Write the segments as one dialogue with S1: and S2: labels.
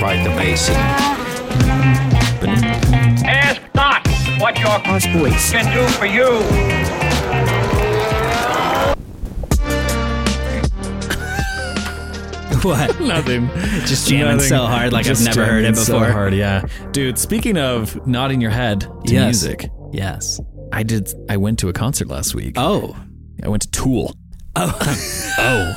S1: Right, the basic.
S2: Ask not what your voice can do for you.
S1: What?
S3: Nothing.
S1: Just jamming
S3: Nothing.
S1: so hard like
S3: Just
S1: I've never heard it
S3: jamming so
S1: before.
S3: hard, yeah. Dude, speaking of nodding your head to
S1: Yes.
S3: music,
S1: Yes.
S3: I did. I went to a concert last week.
S1: Oh.
S3: I went to Tool.
S1: Oh.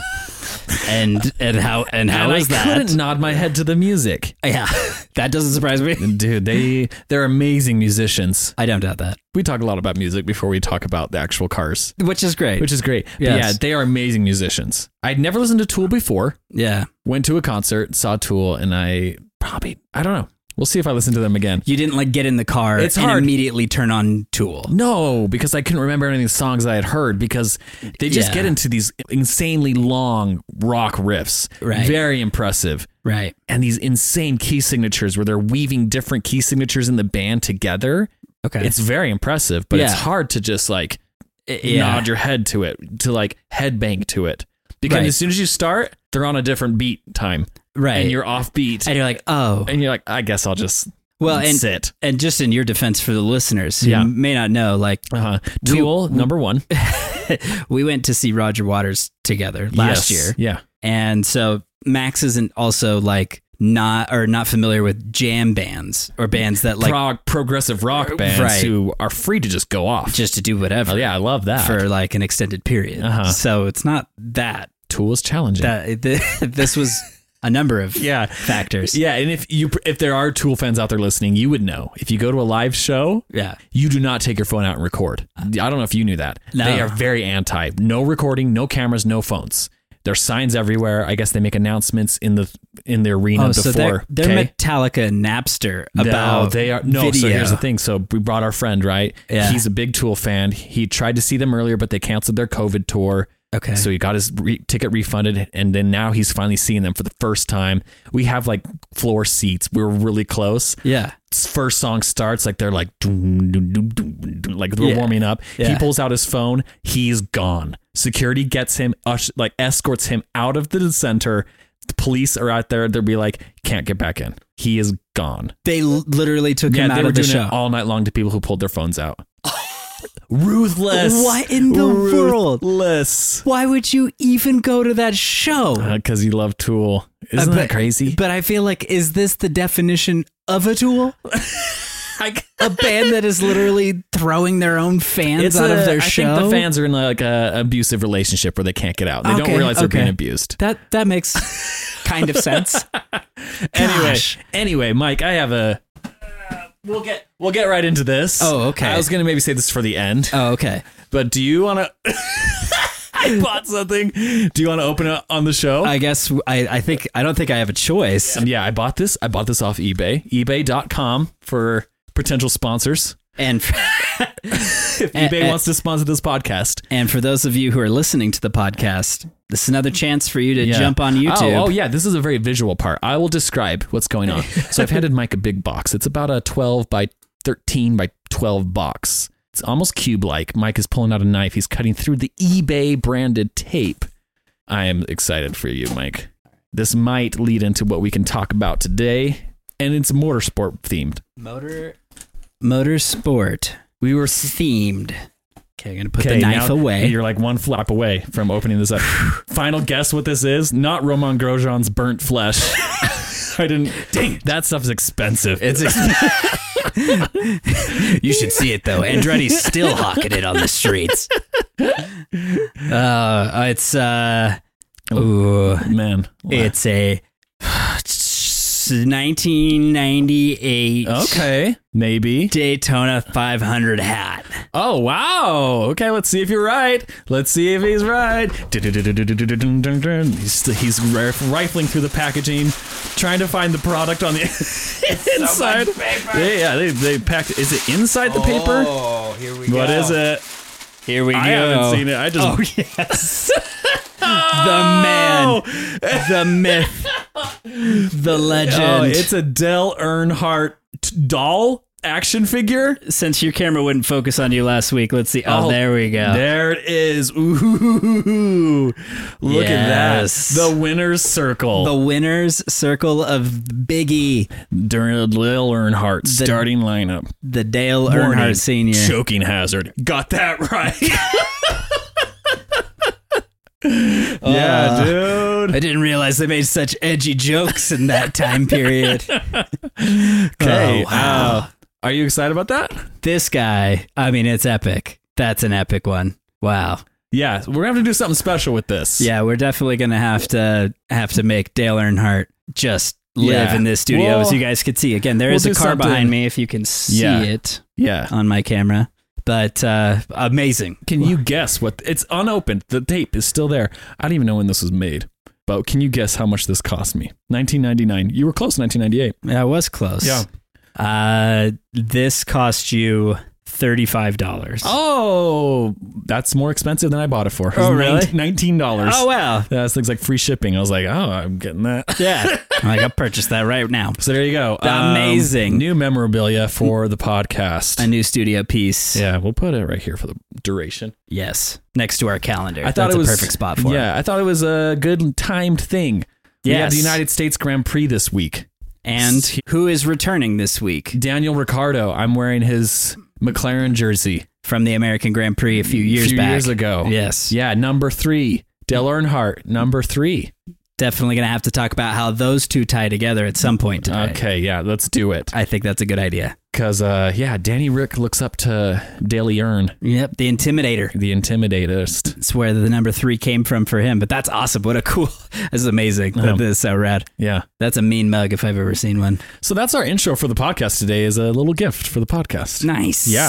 S1: and and how and how
S3: and
S1: is
S3: I couldn't
S1: that?
S3: nod my head to the music.
S1: Yeah. that doesn't surprise me.
S3: Dude, they they're amazing musicians.
S1: I don't doubt that.
S3: We talk a lot about music before we talk about the actual cars,
S1: Which is great.
S3: which is great. But
S1: Yes.
S3: Yeah, they are amazing musicians. I'd never listened to Tool before.
S1: yeah.
S3: Went to a concert, saw Tool, and I probably I don't know. We'll see if I listen to them again.
S1: You didn't like get in the car
S3: It's
S1: and
S3: hard.
S1: immediately turn on Tool.
S3: No, because I couldn't remember any of the songs I had heard because they just
S1: Yeah.
S3: get into these insanely long rock riffs.
S1: Right.
S3: Very impressive.
S1: Right.
S3: And these insane key signatures where they're weaving different key signatures in the band together.
S1: Okay.
S3: It's very impressive, but it's
S1: Yeah.
S3: hard to just like
S1: yeah.
S3: nod your head to it, to like headbang to it. Because
S1: Right.
S3: as soon as you start, they're on a different beat time.
S1: right.
S3: And you're off beat.
S1: and you're like, oh.
S3: And you're like, I guess I'll just
S1: Well, and
S3: sit.
S1: and just in your defense for the listeners who
S3: Yeah.
S1: may not know, like
S3: Uh-huh. Tool, number one.
S1: we went to see Roger Waters together last
S3: Yes.
S1: year.
S3: Yeah.
S1: And so Max isn't also like not or not familiar with jam bands or bands that like
S3: prog progressive rock bands
S1: Right.
S3: who are free to just go off.
S1: just to do whatever
S3: oh, yeah, I love that.
S1: for like an extended period.
S3: Uh-huh.
S1: So it's not that
S3: Tool is challenging.
S1: that th- this was a number of
S3: yeah.
S1: factors.
S3: Yeah, and if you if there are Tool fans out there listening, you would know. If you go to a live show,
S1: Yeah.
S3: you do not take your phone out and record. I don't know if you knew that.
S1: No.
S3: They are very anti. No recording, no cameras, no phones. There's signs everywhere. I guess they make announcements in the in the arena
S1: Oh,
S3: before.
S1: so they're, they're
S3: okay?
S1: Metallica and Napster about
S3: no, they are no.
S1: video.
S3: So here's the thing. So we brought our friend, right?
S1: Yeah.
S3: He's a big Tool fan. He tried to see them earlier, but they canceled their COVID tour.
S1: Okay.
S3: So he got his re- ticket refunded, and then now he's finally seeing them for the first time. We have like floor seats. We're really close.
S1: yeah.
S3: First song starts like they're like doom, doom, doom, doom, doom, like we're
S1: Yeah.
S3: warming up. He
S1: Yeah.
S3: pulls out his phone. He's gone. Security gets him, ush- like escorts him out of the center. The police are out there. They'll be like, can't get back in. He is gone.
S1: They l- literally took him
S3: yeah,
S1: out
S3: they were
S1: of the
S3: doing
S1: show.
S3: it all night long to people who pulled their phones out. Ruthless.
S1: What in the world?
S3: Ruthless. Uh,
S1: Why would you even go to that show?
S3: because you love Tool. Isn't
S1: Uh,
S3: that
S1: but-
S3: crazy?
S1: But I feel like is this the definition of a tool? a band that is literally throwing their own fans out
S3: a-
S1: of their
S3: I
S1: show.
S3: think the fans are in like a abusive relationship where they can't get out. They don't
S1: Okay,
S3: realize they're being
S1: okay.
S3: abused.
S1: that that makes kind of sense. Gosh.
S3: Anyway, anyway, Mike, I have a. We'll get we'll get right into this.
S1: Oh, okay.
S3: I was gonna maybe say this for the end,
S1: Oh, okay.
S3: but do you want to? I bought something. Do you want to open it on the show?
S1: I guess I, I think I don't think I have a choice.
S3: yeah, I bought this. I bought this off eBay. eBay.com for potential sponsors.
S1: And for,
S3: If
S1: Eh,
S3: eBay
S1: eh.
S3: wants to sponsor this podcast,
S1: and for those of you who are listening to the podcast, this is another chance for you to
S3: Yeah.
S1: jump on YouTube.
S3: Oh, oh, yeah, this is a very visual part. I will describe what's going on. so I've handed Mike a big box. It's about a 12 by 13 by 12 box. It's almost cube-like. Mike is pulling out a knife. He's cutting through the eBay branded tape. I am excited for you, Mike. This might lead into what we can talk about today, and it's motorsport themed.
S1: Motor motorsport
S3: We were s-
S1: themed. Okay, I'm gonna put
S3: Okay,
S1: the knife
S3: now
S1: away.
S3: You're like one flap away from opening this up. Final guess what this is? Not Roman Grosjean's burnt flesh. I didn't. Dang, that stuff's expensive.
S1: It's you should see it though. Andretti's still hawking it on the streets. Uh, it's uh, ooh,
S3: man.
S1: it's a 1998
S3: okay. Maybe.
S1: Daytona 500 hat.
S3: Oh wow. Okay, let's see if you're right. Let's see if he's right. Du-du-du-du-du-du-du-du-du-du. He's st- he's rif- rifling through the packaging, trying to find the product on the inside. Yeah, yeah, they they packed. Is it inside the paper?
S1: Oh, here we
S3: What is it?
S1: Here we go.
S3: I haven't seen it. I just
S1: Oh yes, the man, the myth, the legend.
S3: Oh, it's a Dell Earnhardt t- doll action figure.
S1: Since your camera wouldn't focus on you last week, let's see. Oh,
S3: Oh,
S1: there we go.
S3: There it is. Ooh. Look
S1: Yes.
S3: at that. The winner's circle.
S4: The winner's circle of Biggie,
S3: During Lil Earnhardt starting lineup.
S4: the Dale
S3: Warning,
S4: Earnhardt Sr.
S3: Choking hazard. Got that right.
S1: Uh,
S3: yeah, dude.
S4: I didn't realize they made such edgy jokes in that time period. Oh,
S3: Okay.
S4: wow.
S3: uh, are you excited about that?
S4: this guy, I mean, it's epic.
S1: That's an epic one. Wow.
S3: Yeah, we're gonna have to do something special with this.
S1: Yeah, we're definitely gonna have to have to make Dale Earnhardt just live
S3: Yeah.
S1: in this studio,
S3: Well,
S1: as you guys could see. Again, there
S3: we'll
S1: is
S3: do
S1: a car
S3: something-
S1: behind me if you can see
S3: Yeah.
S1: it
S3: yeah.
S1: on my camera. But uh, amazing.
S3: Can you guess what? It's unopened. The tape is still there. I don't even know when this was made, but can you guess how much this cost me? 1999. You were close. 1998.
S1: I was close.
S3: Yeah.
S1: Uh, this cost you thirty-five dollars.
S3: Oh, that's more expensive than I bought it for. It was
S1: Oh, really?
S3: nine- Nineteen dollars.
S1: Oh wow.
S3: That's things like free shipping. I was like, oh, I'm getting that.
S1: Yeah. I'm like, I'll purchase that right now.
S3: So there you go. Um,
S1: Amazing.
S3: new memorabilia for the podcast.
S1: A new studio piece.
S3: yeah, we'll put it right here for the duration.
S1: Yes. Next to our calendar.
S3: I thought
S1: That's
S3: it was
S1: a perfect spot for it.
S3: Yeah, I thought it was a good timed thing. Yeah, We have the
S1: Yes.
S3: United States Grand Prix this week.
S1: And who is returning this week
S3: Daniel Ricciardo. I'm wearing his McLaren jersey
S1: from the American Grand Prix a few years
S3: a few
S1: back?
S3: years ago.
S1: Yes.
S3: Yeah, number three. Dale Earnhardt, number three.
S1: Definitely going to have to talk about how those two tie together at some point tonight.
S3: Okay, yeah, let's do it.
S1: I think that's a good idea.
S3: Because, uh, yeah, Danny Rick looks up to Daily Earn,
S1: Yep. The Intimidator.
S3: the intimidatist.
S1: That's where the number three came from for him. But that's awesome. What a cool. This is amazing. That-
S3: Um,
S1: This is so rad.
S3: Yeah.
S1: That's a mean mug if I've ever seen one.
S3: So that's our intro for the podcast today is a little gift for the podcast.
S1: Nice.
S3: Yeah.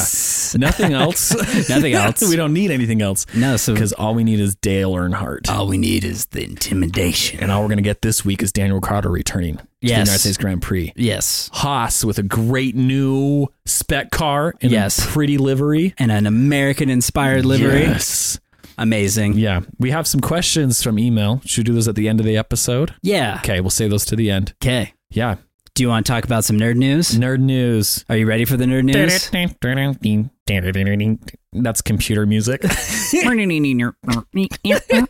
S3: Nothing else.
S1: Nothing else.
S3: we don't need anything else.
S1: No, so
S3: Because all we need is Dale Earnhardt.
S1: all we need is the intimidation.
S3: And all we're going to get this week is Daniel Carter returning to the
S1: Yes.
S3: United States Grand Prix.
S1: Yes.
S3: Haas with a great new spec car in
S1: Yes.
S3: a pretty livery.
S1: and an American inspired livery.
S3: Yes.
S1: Amazing.
S3: Yeah. We have some questions from email. Should we do those at the end of the episode?
S1: Yeah.
S3: Okay, we'll save those to the end.
S1: Okay.
S3: Yeah.
S1: Do you want to talk about some nerd news?
S3: Nerd news.
S1: Are you ready for the nerd news?
S3: That's computer music.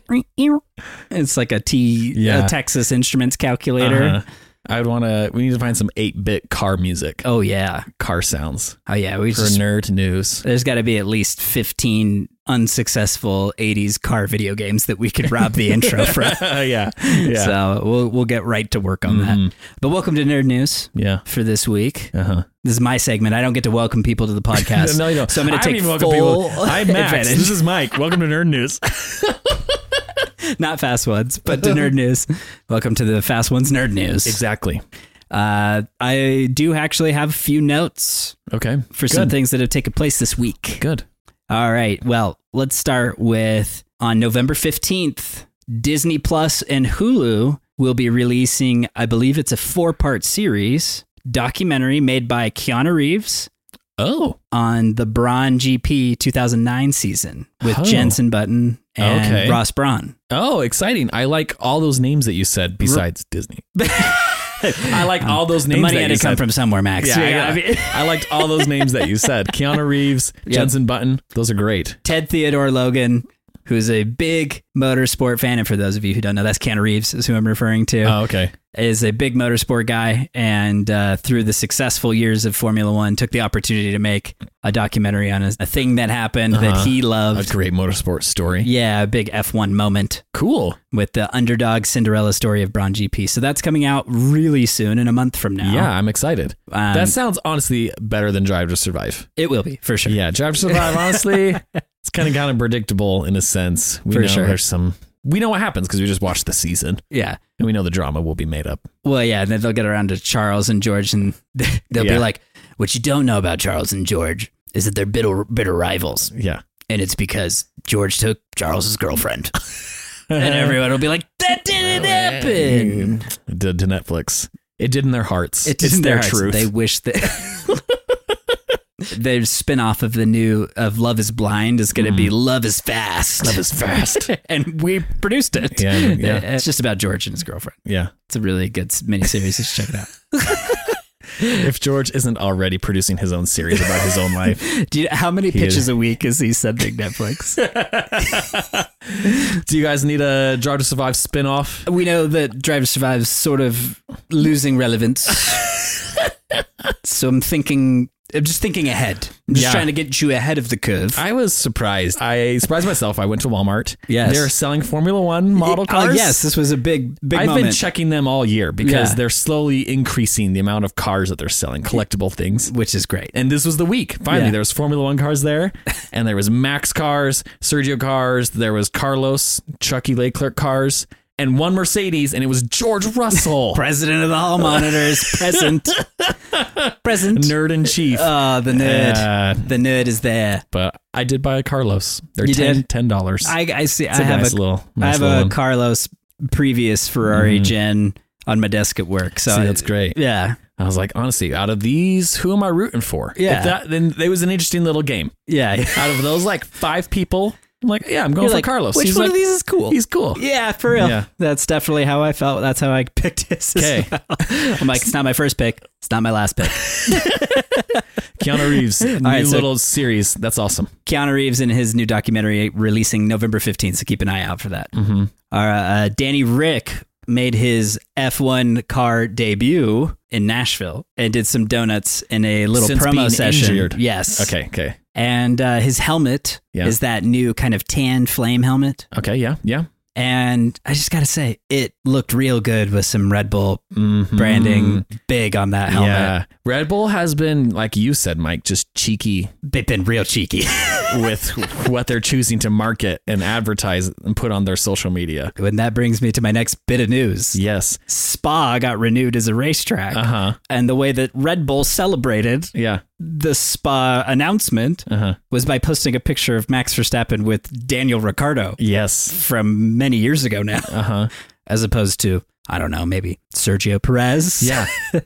S1: it's like a T,
S3: Yeah.
S1: a Texas Instruments calculator.
S3: Uh-huh. I would want to. We need to find some eight-bit car music,
S1: Oh yeah.
S3: car sounds
S1: Oh yeah. We
S3: for
S1: just
S3: nerd news.
S1: there's got to be at least fifteen unsuccessful '80s car video games that we could rob the intro from.
S3: yeah, yeah,
S1: Oh, So we'll we'll get right to work on that. But welcome to nerd news
S3: yeah.
S1: for this week.
S3: Uh huh.
S1: This is my segment. I don't get to welcome people to the podcast.
S3: no, you don't.
S1: So I'm going
S3: I
S1: to
S3: don't
S1: take
S3: even welcome
S1: full
S3: people. I'm Max.
S1: advantage.
S3: This is Mike. Welcome to Nerd News.
S1: Not fast ones, but to nerd news. Welcome to the fast ones nerd news.
S3: exactly.
S1: Uh, I do actually have a few notes
S3: Okay.
S1: for
S3: Good.
S1: some things that have taken place this week.
S3: Good.
S1: All right. Well, let's start with on November 15th, Disney Plus and Hulu will be releasing, I believe it's a four part series documentary made by Keanu Reeves
S3: Oh.
S1: on the Braun GP 2009 season with
S3: Oh.
S1: Jensen Button and
S3: Okay.
S1: Ross Braun.
S3: Oh, exciting! I like all those names that you said. Besides Disney, I like all those names.
S1: The money
S3: that
S1: had
S3: you
S1: to come
S3: said.
S1: from somewhere, Max.
S3: Yeah,
S1: You
S3: I,
S1: gotta
S3: got-
S1: be-
S3: I liked all those names that you said. Keanu Reeves, Jensen Button. Those are great.
S1: Ted Theodore Logan, who's a big motorsport fan, and for those of you who don't know, that's Keanu Reeves is who I'm referring to,
S3: Oh, okay.
S1: is a big motorsport guy, and uh, through the successful years of Formula One, took the opportunity to make a documentary on a, a thing that happened that he
S3: Uh-huh. A
S1: loved.
S3: great motorsport story.
S1: Yeah, a big F1 moment
S3: Cool.
S1: with the underdog Cinderella story of Braun GP. So that's coming out really soon, in a month from now.
S3: Yeah, I'm excited.
S1: Um,
S3: that sounds honestly better than Drive to Survive.
S1: it will be for sure.
S3: Yeah, Drive to Survive. honestly, it's kind of kind of predictable in a sense. We
S1: For
S3: know
S1: sure.
S3: there's some. We know what happens because we just watched the season,
S1: yeah.
S3: and we know the drama will be made up.
S1: Well, yeah, and then they'll get around to Charles and George, and they'll
S3: Yeah.
S1: be like, "What you don't know about Charles and George is that they're bitter, bitter rivals,
S3: Yeah.
S1: and it's because George took Charles's girlfriend." and everyone will be like, "That didn't happen."
S3: It did to Netflix. It did in their hearts.
S1: It's
S3: it's
S1: in
S3: their,
S1: hearts.
S3: truth.
S1: They wish that. Their spin-off of the new of Love is Blind is going to be
S3: Mm.
S1: Love is Fast. Love is Fast. and we produced it.
S3: Yeah, yeah.
S1: It's just about George and his girlfriend.
S3: yeah.
S1: It's a really good s- miniseries. You should check it out.
S3: if George isn't already producing his own series about his own life,
S1: Do you, how many
S3: is-
S1: pitches a week is he sending Netflix?
S3: do you guys need a Drive to Survive spinoff?
S1: we know that Drive to Survive is sort of losing relevance. so I'm thinking, I'm just thinking ahead. I'm just
S3: Yeah.
S1: trying to get you ahead of the curve.
S3: I was surprised. I surprised myself. I went to Walmart.
S1: Yes.
S3: They're selling Formula One model
S1: Oh,
S3: cars.
S1: yes, this was a big, big
S3: I've
S1: moment.
S3: been checking them all year because
S1: Yeah.
S3: they're slowly increasing the amount of cars that they're selling, collectible things.
S1: which is great.
S3: And this was the week. Finally,
S1: Yeah.
S3: there was Formula One cars there, and there was Max cars, Sergio cars, there was Carlos, Chucky Leclerc cars, and one Mercedes, and it was George Russell,
S1: President of the Hall Monitors, present, present.
S3: nerd in chief.
S1: Ah, the nerd,
S3: Uh,
S1: the nerd is there.
S3: but I did buy a Carlos. They're
S1: You
S3: ten
S1: did?
S3: ten dollars.
S1: I, I see.
S3: It's
S1: I
S3: a
S1: have
S3: nice
S1: a
S3: little.
S1: I
S3: Nice
S1: have
S3: little
S1: a
S3: one. Mm-hmm.
S1: Carlos previous Ferrari gen on my desk at work. So
S3: See,
S1: I-
S3: that's great.
S1: Yeah,
S3: I was like, honestly, out of these, who am I rooting for?
S1: Yeah.
S3: If that then it was an interesting little game.
S1: yeah.
S3: Out of those like five people, I'm like, yeah, I'm going
S1: You're
S3: for
S1: like,
S3: Carlos.
S1: Which
S3: he's
S1: one
S3: like,
S1: of these is cool?
S3: He's cool.
S1: yeah, for real.
S3: Yeah.
S1: That's definitely how I felt. That's how I picked this. as
S3: 'Kay.
S1: well. I'm like, it's not my first pick. It's not my last pick.
S3: Keanu Reeves, new
S1: right, so-
S3: little series. That's awesome.
S1: Keanu Reeves in his new documentary releasing November 15th, so keep an eye out for that. Mm-hmm. uh, Danny Rick made his F1 car debut in Nashville and did some donuts in a little
S3: Since
S1: promo
S3: being
S1: session.
S3: injured.
S1: Yes.
S3: Okay, okay,
S1: And uh, his helmet
S3: Yeah.
S1: is that new kind of tan flame helmet.
S3: okay. Yeah, yeah.
S1: And I just got to say, it looked real good with some Red Bull
S3: Mhm.
S1: branding big on that helmet.
S3: Yeah, Red Bull has been like you said, Mike, just cheeky
S1: They've been real cheeky.
S3: with what they're choosing to market and advertise and put on their social media.
S1: and that brings me to my next bit of news.
S3: Yes.
S1: Spa got renewed as a racetrack.
S3: Uh huh.
S1: And the way that Red Bull celebrated
S3: Yeah.
S1: the Spa announcement
S3: Uh huh.
S1: was by posting a picture of Max Verstappen with Daniel Ricciardo
S3: Yes.
S1: from many years ago now,
S3: Uh huh.
S1: as opposed to, I don't know, maybe Sergio Perez
S3: Yeah.
S1: or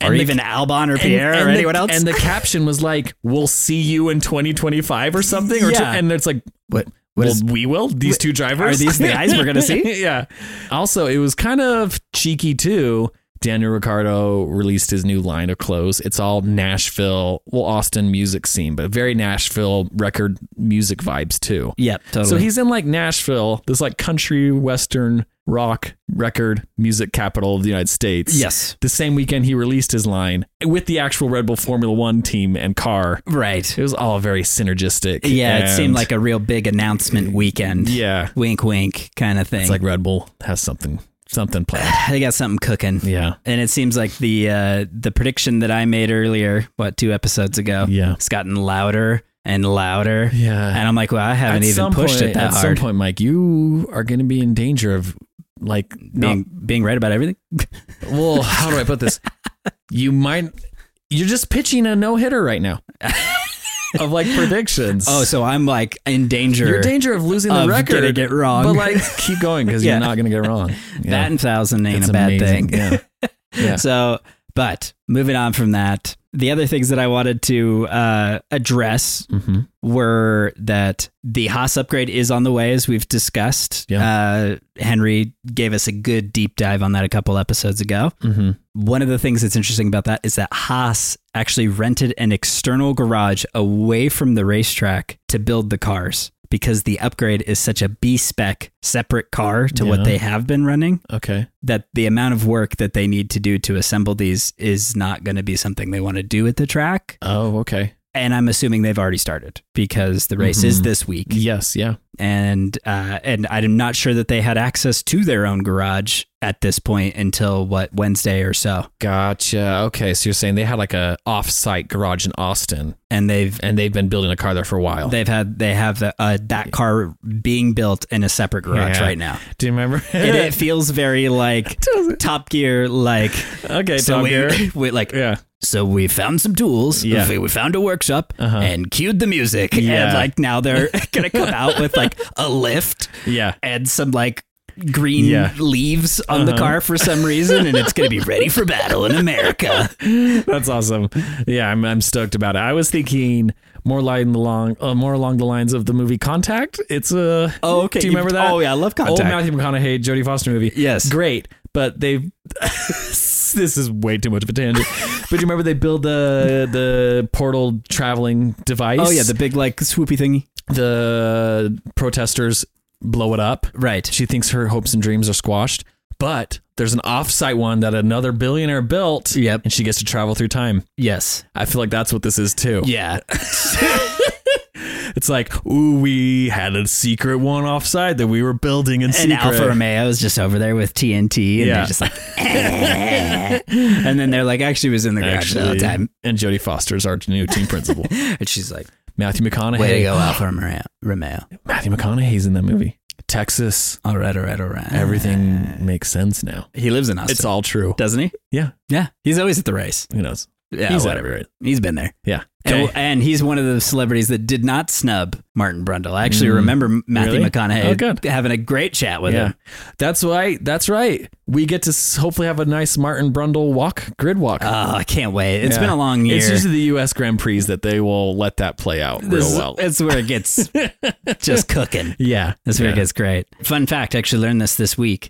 S3: And the-
S1: even Albon or Pierre or
S3: the,
S1: anyone else.
S3: And the caption was like, "We'll see you in 2025" or something. Or
S1: Yeah.
S3: and it's like,
S1: what, what
S3: well,
S1: is-
S3: we will. These two drivers
S1: are these the guys we're gonna see?
S3: yeah. Also, it was kind of cheeky too. Daniel Ricardo released his new line of clothes. It's all Nashville, well, Austin music scene, but very Nashville record music vibes too.
S1: Yep, totally.
S3: So he's in like Nashville, this like country western rock record music capital of the United States.
S1: Yes.
S3: The same weekend he released his line with the actual Red Bull Formula One team and car.
S1: right.
S3: It was all very synergistic.
S1: Yeah, it seemed
S3: and
S1: like a real big announcement weekend.
S3: Yeah.
S1: Wink, wink kind of thing.
S3: it's like Red Bull has something something planned.
S1: they got something cooking.
S3: Yeah.
S1: And it seems like the uh, the prediction that I made earlier, what two episodes ago,
S3: Yeah.
S1: it's gotten louder and louder.
S3: Yeah.
S1: and I'm like, well, I
S3: At
S1: haven't even
S3: some
S1: pushed
S3: point-
S1: it that
S3: at
S1: hard.
S3: some point, Mike, you are going to be in danger of like not
S1: being being right about everything.
S3: well, how do I put this? You might you're just pitching a no hitter right now. of like predictions.
S1: Oh, so I'm like in danger.
S3: You're in danger of losing the
S1: Of
S3: record.
S1: getting it wrong.
S3: But like keep going because
S1: Yeah.
S3: you're not gonna get it wrong. Yeah.
S1: That and thousand ain't
S3: It's
S1: a bad
S3: amazing.
S1: thing.
S3: Yeah. Yeah.
S1: So, but moving on from that, the other things that I wanted to uh, address
S3: hmm
S1: were that the Haas upgrade is on the way, as we've discussed. Uh, Henry gave us a good deep dive on that a couple episodes ago.
S3: hmm
S1: One of the things that's interesting about that is that Haas actually rented an external garage away from the racetrack to build the cars because the upgrade is such a B spec separate car to
S3: Yeah.
S1: what they have been running
S3: Okay.
S1: that the amount of work that they need to do to assemble these is not going to be something they want to do at the track.
S3: Oh, okay.
S1: And I'm assuming they've already started because the race is
S3: Mhm.
S1: this week.
S3: Yes, yeah.
S1: And uh, and I'm not sure that they had access to their own garage at this point until what Wednesday or so.
S3: Gotcha. Okay. So you're saying they had like a off site garage in Austin
S1: And they've
S3: and they've been building a car there for a while.
S1: They've had they have the, uh, that car being built in a separate garage
S3: Yeah.
S1: right now.
S3: Do you remember?
S1: And it feels very like Top Gear, like
S3: okay,
S1: so
S3: Top Gear.
S1: we, we like
S3: Yeah.
S1: so we found some tools.
S3: Yeah.
S1: we, we found a workshop
S3: Uh-huh.
S1: and cued the music.
S3: Yeah.
S1: and like now they're gonna come out with like a lift
S3: Yeah.
S1: and some like green
S3: Yeah. Uh-huh.
S1: leaves on the car for some reason, and it's gonna be ready for battle in America.
S3: That's awesome. Yeah, I'm I'm stoked about it. I was thinking more along the long, uh, more along the lines of the movie Contact. It's a
S1: Oh, okay.
S3: Do you
S1: You-
S3: remember that?
S1: oh, yeah, I love
S3: Old
S1: Contact.
S3: Matthew McConaughey, Jodie Foster movie.
S1: Yes.
S3: great. But they, this is way too much of a tangent. but you remember they build the the portal traveling device?
S1: Oh yeah, the big like swoopy thingy.
S3: the protesters blow it up.
S1: Right.
S3: She thinks her hopes and dreams are squashed, but there's an offsite one that another billionaire built.
S1: Yep.
S3: And she gets to travel through time.
S1: Yes.
S3: I feel like that's what this is too.
S1: Yeah.
S3: It's like, ooh, we had a secret one offsite that we were building in
S1: and
S3: secret.
S1: Alfa Romeo is just over there with TNT, and
S3: Yeah.
S1: they're just like, "Eh." and then they're like, actually, it was in the garage the whole
S3: Actually,
S1: time.
S3: and Jodie Foster is our new team principal.
S1: And she's like,
S3: Matthew McConaughey.
S1: way to go, Alfa Romeo. Romeo.
S3: Matthew McConaughey's in that movie. Texas.
S1: All right, all right, all right. Uh,
S3: Everything makes sense now.
S1: He lives in Austin.
S3: It's all true.
S1: doesn't he?
S3: Yeah.
S1: Yeah. He's always at the race.
S3: Who knows?
S1: Yeah,
S3: He's
S1: whatever.
S3: out of it.
S1: He's been there.
S3: Yeah.
S1: And, and he's one of the celebrities that did not snub Martin Brundle. I actually remember
S3: Mm.
S1: Matthew
S3: Really?
S1: McConaughey
S3: Oh, good.
S1: having a great chat with
S3: Yeah,
S1: him.
S3: that's right. That's right. We get to s- hopefully have a nice Martin Brundle walk, grid walk.
S1: Oh, I can't wait. It's
S3: Yeah.
S1: been a long year.
S3: It's usually the U.S. Grand Prix that they will let that play out
S1: This-
S3: real well.
S1: It's where it gets just cooking.
S3: yeah,
S1: That's where
S3: yeah. Mm-hmm.
S1: it gets great. Fun fact, I actually learned this this week.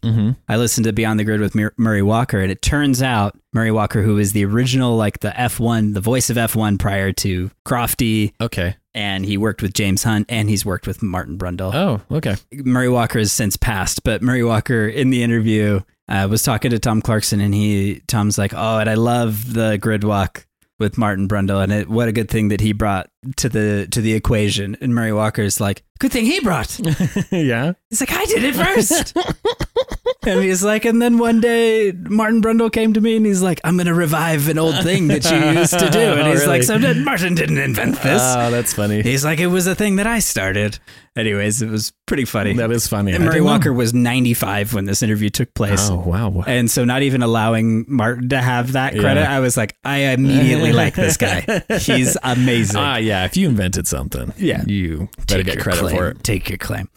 S1: I listened to Beyond the Grid with Mur- Murray Walker, and it turns out Murray Walker, who is the original, like the F1, the voice of F1 prior to Crofty,
S3: Okay.
S1: and he worked with James Hunt, and he's worked with Martin Brundle.
S3: Oh, okay.
S1: Murray Walker has since passed, but Murray Walker in the interview uh, was talking to Tom Clarkson, and he Tom's like, "Oh, and I love the grid walk with Martin Brundle, and it, what a good thing that he brought to the to the equation." And Murray Walker's like, "Good thing he brought."
S3: yeah.
S1: He's like, "I did it first. and he's like, and then one day Martin Brundle came to me, and he's like, "I'm going to revive an old thing that you used to do," and
S3: Oh,
S1: he's
S3: really?
S1: like, "So did Martin didn't invent this."
S3: Oh, that's funny.
S1: He's like, it was a thing that I started. Anyways, it was pretty funny.
S3: That is funny.
S1: And
S3: I
S1: Murray
S3: didn't know.
S1: Walker was 95 when this interview took place.
S3: Oh wow.
S1: And so, not even allowing Martin to have that
S3: Yeah.
S1: credit, I was like, I immediately like this guy. He's amazing.
S3: Ah, yeah. If you invented something,
S1: Yeah.
S3: you better get
S1: your
S3: credit
S1: claim.
S3: for it.
S1: Take your claim.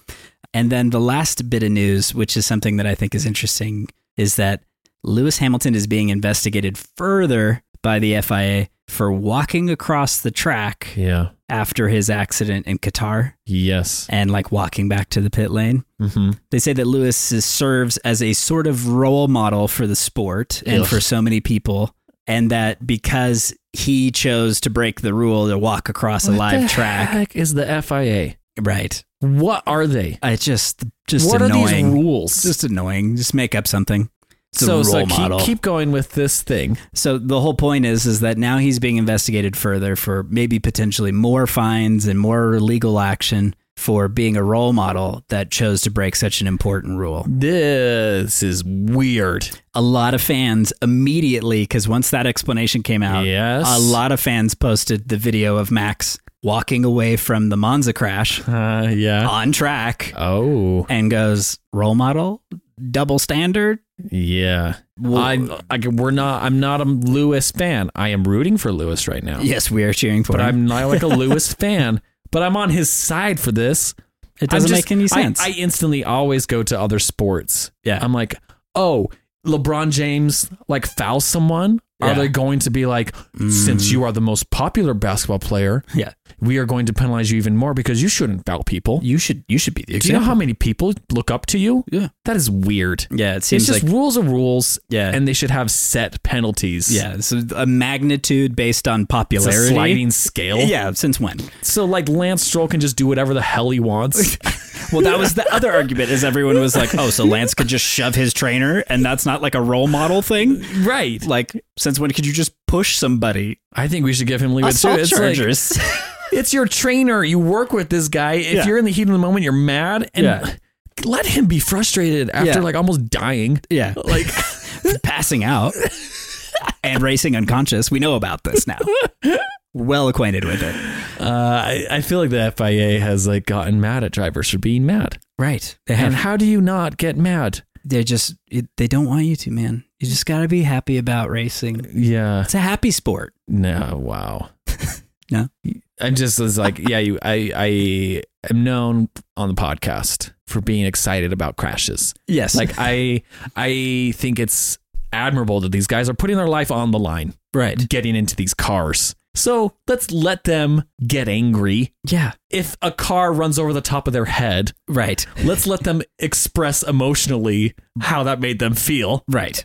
S1: And then the last bit of news, which is something that I think is interesting, is that Lewis Hamilton is being investigated further by the FIA for walking across the track
S3: Yeah.
S1: after his accident in Qatar
S3: Yes.
S1: and like walking back to the pit lane.
S3: Mm-hmm.
S1: They say that Lewis is, serves as a sort of role model for the sport and
S3: Ugh.
S1: for so many people, and that because he chose to break the rule to walk across a live track,
S3: is the FIA?
S1: right?
S3: What are they?
S1: I just just
S3: what are these
S1: annoying.
S3: rules?
S1: just annoying. Just make up something. It's a
S3: so,
S1: role
S3: so
S1: model.
S3: keep, keep going with this thing.
S1: So the whole point is is that now he's being investigated further for maybe potentially more fines and more legal action for being a role model that chose to break such an important rule.
S3: This is weird.
S1: a lot of fans immediately because once that explanation came out,
S3: Yes.
S1: a lot of fans posted the video of Max walking away from the Monza crash
S3: Uh, yeah.
S1: on track
S3: Oh,
S1: and goes role model, double standard.
S3: yeah.
S1: Well-
S3: I, I, we're not. I'm not a Lewis fan. I am rooting for Lewis right now.
S1: Yes, we are cheering for
S3: but
S1: him.
S3: I'm not like a Lewis fan. But I'm on his side for this.
S1: it
S3: I'm
S1: doesn't
S3: just-
S1: make any
S3: I-
S1: sense.
S3: I, instantly always go to other sports.
S1: Yeah.
S3: I'm like, oh, LeBron James like fouls someone. Are
S1: Yeah. Mm.
S3: they going to be like, since you are the most popular basketball player,
S1: yeah,
S3: we are going to penalize you even more because you shouldn't foul people.
S1: you should you should be the
S3: Do you know
S1: example.
S3: how many people look up to you?
S1: Yeah.
S3: That is weird.
S1: yeah, it
S3: It's
S1: seems
S3: just
S1: like
S3: rules are rules.
S1: Yeah.
S3: And they should have set penalties.
S1: yeah, so a magnitude based on
S3: It's a
S1: popularity.
S3: sliding scale.
S1: yeah, since when?
S3: So like Lance Stroll can just do whatever the hell he wants.
S1: Well, that was the other argument is everyone was like, "Oh, so Lance could just shove his trainer, and that's not like a role model thing."
S3: right.
S1: Like, since when could you just push somebody?
S3: I think we should give him leeway too.
S1: Assault
S3: It's like,
S1: chargers.
S3: it's your trainer. You work with this guy. If
S1: Yeah.
S3: you're in the heat of the moment, you're mad and
S1: Yeah.
S3: let him be frustrated after
S1: Yeah.
S3: like almost dying.
S1: yeah,
S3: Like
S1: passing out and racing unconscious. We know about this now. Well acquainted with it.
S3: uh, I, I feel like the FIA has like gotten mad at drivers for being mad.
S1: Right. They
S3: And how do you not get mad?
S1: They just. It, they don't want you to, man. You just got to be happy about racing.
S3: Yeah.
S1: It's a happy sport.
S3: No, wow.
S1: No?
S3: I just was like, yeah, you, I, I am known on the podcast for being excited about crashes.
S1: Yes.
S3: Like I, I think it's admirable that these guys are putting their life on the line,
S1: right.
S3: getting into these cars. So let's let them get angry.
S1: Yeah.
S3: If a car runs over the top of their head,
S1: Right.
S3: let's let them express emotionally how that made them feel.
S1: Right.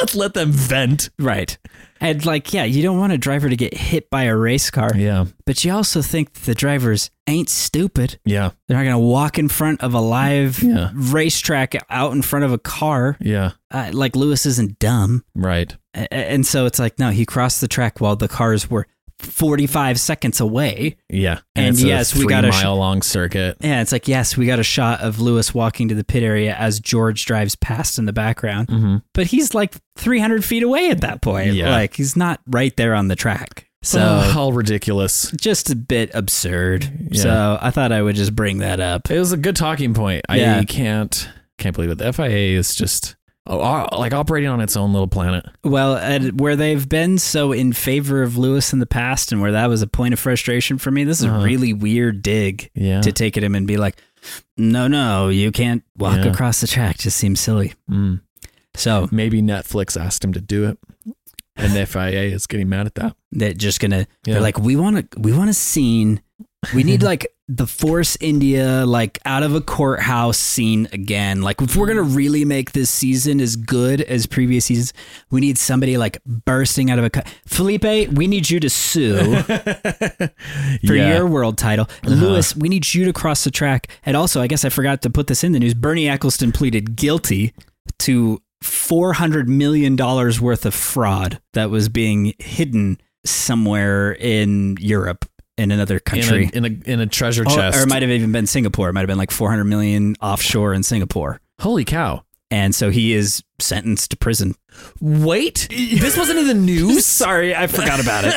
S3: let's let them vent.
S1: Right. And like, yeah, you don't want a driver to get hit by a race car,
S3: Yeah.
S1: but you also think that the drivers ain't stupid.
S3: Yeah.
S1: They're not going to walk in front of a live
S3: Yeah.
S1: racetrack out in front of a car.
S3: Yeah.
S1: Uh, like, Lewis isn't dumb.
S3: Right.
S1: A- a- And so it's like, no, he crossed the track while the cars were 45 seconds away.
S3: Yeah.
S1: And
S3: it's a
S1: yes, we
S3: three
S1: got a sh-
S3: mile long circuit.
S1: Yeah, it's like, yes, we got a shot of Lewis walking to the pit area as George drives past in the background,
S3: Mm-hmm.
S1: but he's like 300 feet away at that point.
S3: Yeah.
S1: Like, he's not right there on the track. So,
S3: So all ridiculous.
S1: just a bit absurd.
S3: Yeah.
S1: So, I thought I would just bring that up.
S3: It was a good talking point.
S1: Yeah.
S3: I can't can't believe it. The FIA is just oh, uh, like operating on its own little planet.
S1: Well, and where they've been so in favor of Lewis in the past and where that was a point of frustration for me, this is
S3: Uh-huh.
S1: a really weird dig
S3: Yeah.
S1: to take at him and be like, no, no, you can't walk
S3: Yeah.
S1: across the track. Just seems silly.
S3: Mm.
S1: So,
S3: Maybe Netflix asked him to do it, and the FIA is getting mad at that.
S1: they're just gonna
S3: Yeah.
S1: they're like we want to we want a scene we need like the force india like out of a courthouse scene again like if we're gonna
S3: Mm.
S1: really make this season as good as previous seasons we need somebody like bursting out of a cu- felipe we need you to sue for
S3: Yeah.
S1: your world title lewis we need you to cross the track and also i guess i forgot to put this in the news bernie eccleston pleaded guilty to 400 million dollars worth of fraud that was being hidden somewhere in europe in another
S3: in a,
S1: country
S3: in a in a treasure
S1: Oh, or,
S3: chest.
S1: or it might have even been Singapore. It might have been like 400 million offshore in Singapore.
S3: Holy cow!
S1: And so he is sentenced to prison.
S3: Wait, this wasn't in the news.
S1: Sorry, I forgot about it.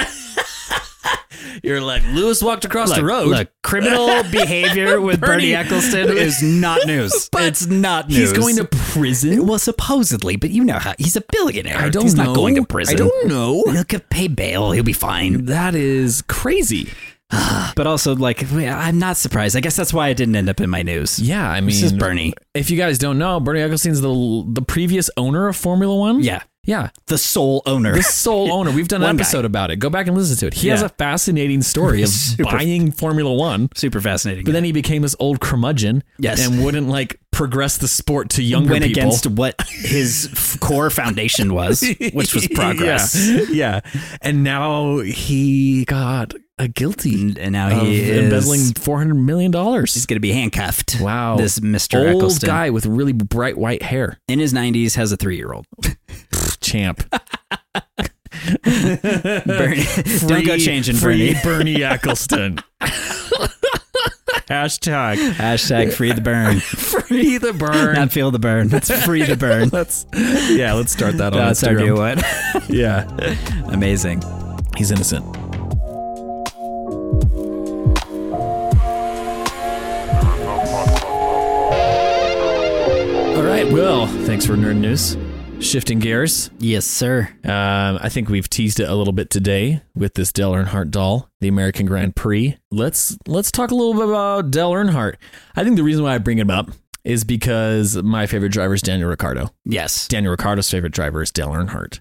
S3: You're like Lewis walked across
S1: look,
S3: the road.
S1: look, criminal behavior with Bernie,
S3: Bernie-
S1: Eccleston is not news. it's not news.
S3: he's going to prison.
S1: well, supposedly, but you know how he's a billionaire.
S3: I don't
S1: he's
S3: know.
S1: not going to prison.
S3: I don't know.
S1: He'll get- pay bail. He'll be fine.
S3: That is crazy.
S1: But also, like, I'm not surprised. I guess that's why I didn't end up in my news.
S3: Yeah, I mean,
S1: This is Bernie.
S3: If you guys don't know, Bernie Ecclestone's the the previous owner of Formula One.
S1: Yeah,
S3: yeah,
S1: the sole owner.
S3: the sole owner. We've done an
S1: One guy.
S3: episode about it. Go back and listen to it. He has
S1: Yeah.
S3: a fascinating story of
S1: Super.
S3: buying Formula One.
S1: Super fascinating.
S3: But then he became this old curmudgeon
S1: Yes.
S3: and wouldn't like progress the sport to younger
S1: went
S3: people.
S1: against what his f- core foundation was, which was progress.
S3: Yeah. yeah. And now he got a guilty
S1: And, and now
S3: of
S1: he is
S3: embezzling $400 million.
S1: He's going to be handcuffed.
S3: Wow.
S1: This Mr.
S3: old
S1: Eccleston
S3: guy with really bright white hair.
S1: in his 90s has a three year old.
S3: Champ.
S1: Don't go
S3: Free-
S1: changing
S3: free
S1: Bernie.
S3: Bernie Eccleston. Hashtag
S1: Hashtag free the burn.
S3: free the burn.
S1: Not feel the burn. That's free the burn.
S3: Let's yeah, let's start that on
S1: That's our new
S3: Instagram.
S1: one.
S3: Yeah,
S1: Amazing.
S3: he's innocent. All right, Will. Thanks for nerd news. Shifting gears,
S1: Yes, sir.
S3: um, I think we've teased it a little bit today with this Dell Earnhardt doll, the American Grand Prix. Let's let's talk a little bit about Dell Earnhardt. I think the reason why I bring him up is because my favorite driver is Daniel Ricciardo.
S1: Yes.
S3: Daniel Ricciardo's favorite driver is Dale Earnhardt.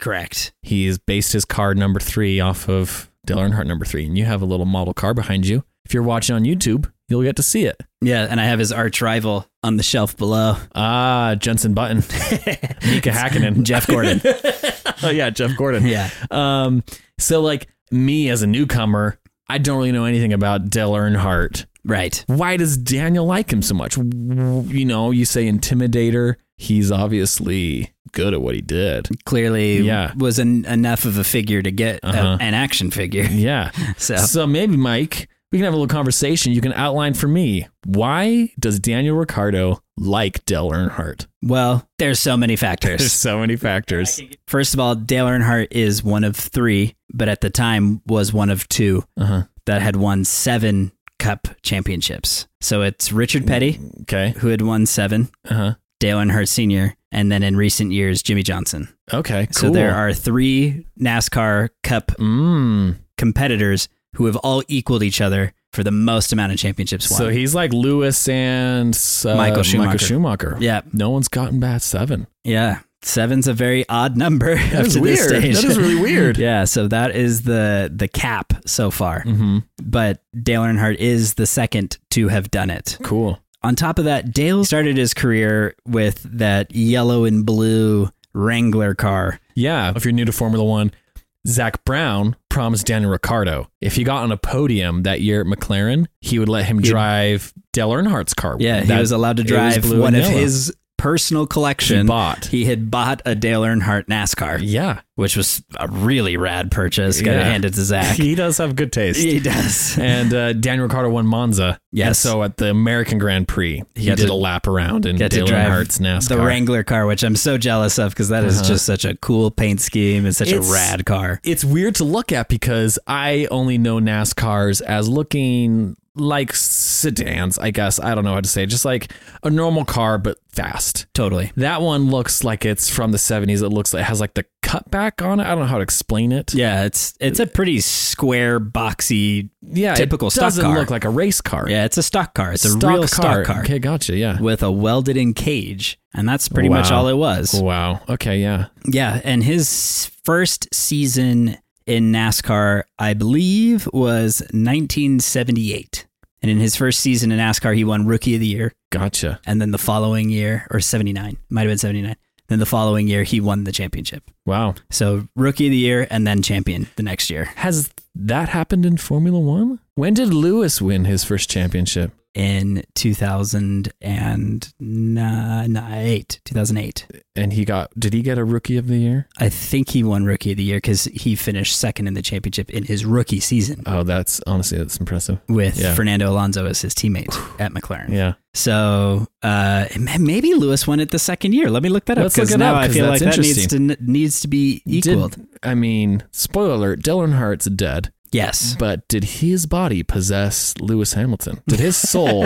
S1: Correct.
S3: He's based his car number three off of Dale Earnhardt number three, and you have a little model car behind you. If you're watching on YouTube, you'll get to see it.
S1: Yeah, and I have his arch rival on the shelf below,
S3: Ah, Jensen Button, Mika Hakkinen,
S1: Jeff Gordon.
S3: oh yeah, Jeff Gordon.
S1: yeah.
S3: Um, so like me as a newcomer, I don't really know anything about Dale Earnhardt.
S1: Right.
S3: Why does Daniel like him so much? W- You know, you say intimidator. He's obviously good at what he did.
S1: Clearly
S3: Yeah.
S1: was an, enough of a figure to get a-
S3: Uh-huh.
S1: an action figure.
S3: Yeah.
S1: So
S3: So maybe, Mike, we can have a little conversation. You can outline for me why does Daniel Ricardo like Dale Earnhardt?
S1: Well, there's so many
S3: There's
S1: factors.
S3: so many factors.
S1: First of all, Dale Earnhardt is one of three, but at the time was one of two
S3: Uh-huh.
S1: that had won seven cup championships. So it's Richard Petty,
S3: Okay.
S1: who had won seven,
S3: Uh huh.
S1: Dale Earnhardt Sr., and then in recent years, Jimmy Johnson.
S3: Okay. Cool.
S1: So there are three NASCAR Cup
S3: Mm.
S1: competitors who have all equaled each other for the most amount of championships won.
S3: So he's like Lewis and uh,
S1: Michael Schumacher.
S3: Michael Schumacher.
S1: yeah,
S3: No one's gotten past seven.
S1: yeah. Seven's a very odd number up
S3: is
S1: to this
S3: weird.
S1: stage.
S3: That is really weird.
S1: yeah, so that is the the cap so far.
S3: Mm-hmm.
S1: But Dale Earnhardt is the second to have done it.
S3: Cool.
S1: On top of that, Dale started his career with that yellow and blue Wrangler car.
S3: Yeah. If you're new to Formula One, Zach Brown promised Daniel Ricciardo if he got on a podium that year at McLaren, he would let him drive Dale Earnhardt's car.
S1: Yeah, he
S3: That-
S1: was allowed to
S3: it was
S1: drive
S3: blue
S1: one
S3: and
S1: of
S3: yellow.
S1: his personal collection.
S3: He bought.
S1: He had bought a Dale Earnhardt NASCAR,
S3: Yeah.
S1: which was a really rad purchase. Got to
S3: Yeah.
S1: hand it to Zach.
S3: He does have good taste.
S1: he does.
S3: and uh, Daniel Ricciardo won Monza.
S1: Yes.
S3: And so at the American Grand Prix, he,
S1: He got
S3: did
S1: to-
S3: a lap around in
S1: Get
S3: Dale
S1: to drive
S3: Earnhardt's NASCAR.
S1: the Wrangler car, which I'm so jealous of because that is
S3: Uh-huh.
S1: just such a cool paint scheme and such
S3: It's-
S1: a rad car.
S3: It's weird to look at because I only know NASCARs as looking like sedans, I guess. I don't know how to say it. Just like a normal car, but fast.
S1: Totally.
S3: That one looks like it's from the 70s. It looks like it has like the cutback on it. I don't know how to explain it.
S1: Yeah, it's it's a pretty square, boxy.
S3: yeah
S1: typical
S3: it
S1: stock
S3: doesn't
S1: car.
S3: look like a race car.
S1: Yeah, it's a stock car. It's a real stock car
S3: Okay, gotcha. Yeah.
S1: with a welded-in cage, and that's pretty much
S3: Wow.
S1: all it was.
S3: Wow. Okay, yeah.
S1: Yeah, and his first season in NASCAR, I believe, was 1978. And in his first season in NASCAR, he won Rookie of the Year.
S3: Gotcha.
S1: And then the following year, or 79, might have been 79. Then the following year, he won the championship.
S3: Wow.
S1: So Rookie of the Year and then champion the next year
S3: Has that happened in Formula One? When did Lewis win his first championship?
S1: in 2008. 2008.
S3: And he got, did he get a rookie of the year?
S1: I think he won Rookie of the Year because he finished second in the championship in his rookie season.
S3: Oh, that's honestly, that's impressive.
S1: with
S3: Yeah.
S1: Fernando Alonso as his teammate at McLaren.
S3: Yeah.
S1: So uh, ma- maybe Lewis won it the second year. Let me look that
S3: Let's
S1: up
S3: look
S1: because
S3: it
S1: now
S3: up,
S1: I
S3: 'cause
S1: feel like
S3: that's
S1: that needs to needs to be equaled.
S3: Did, I mean, spoiler alert, Dylan Hart's dead,
S1: yes.
S3: but did his body possess Lewis Hamilton? Did his soul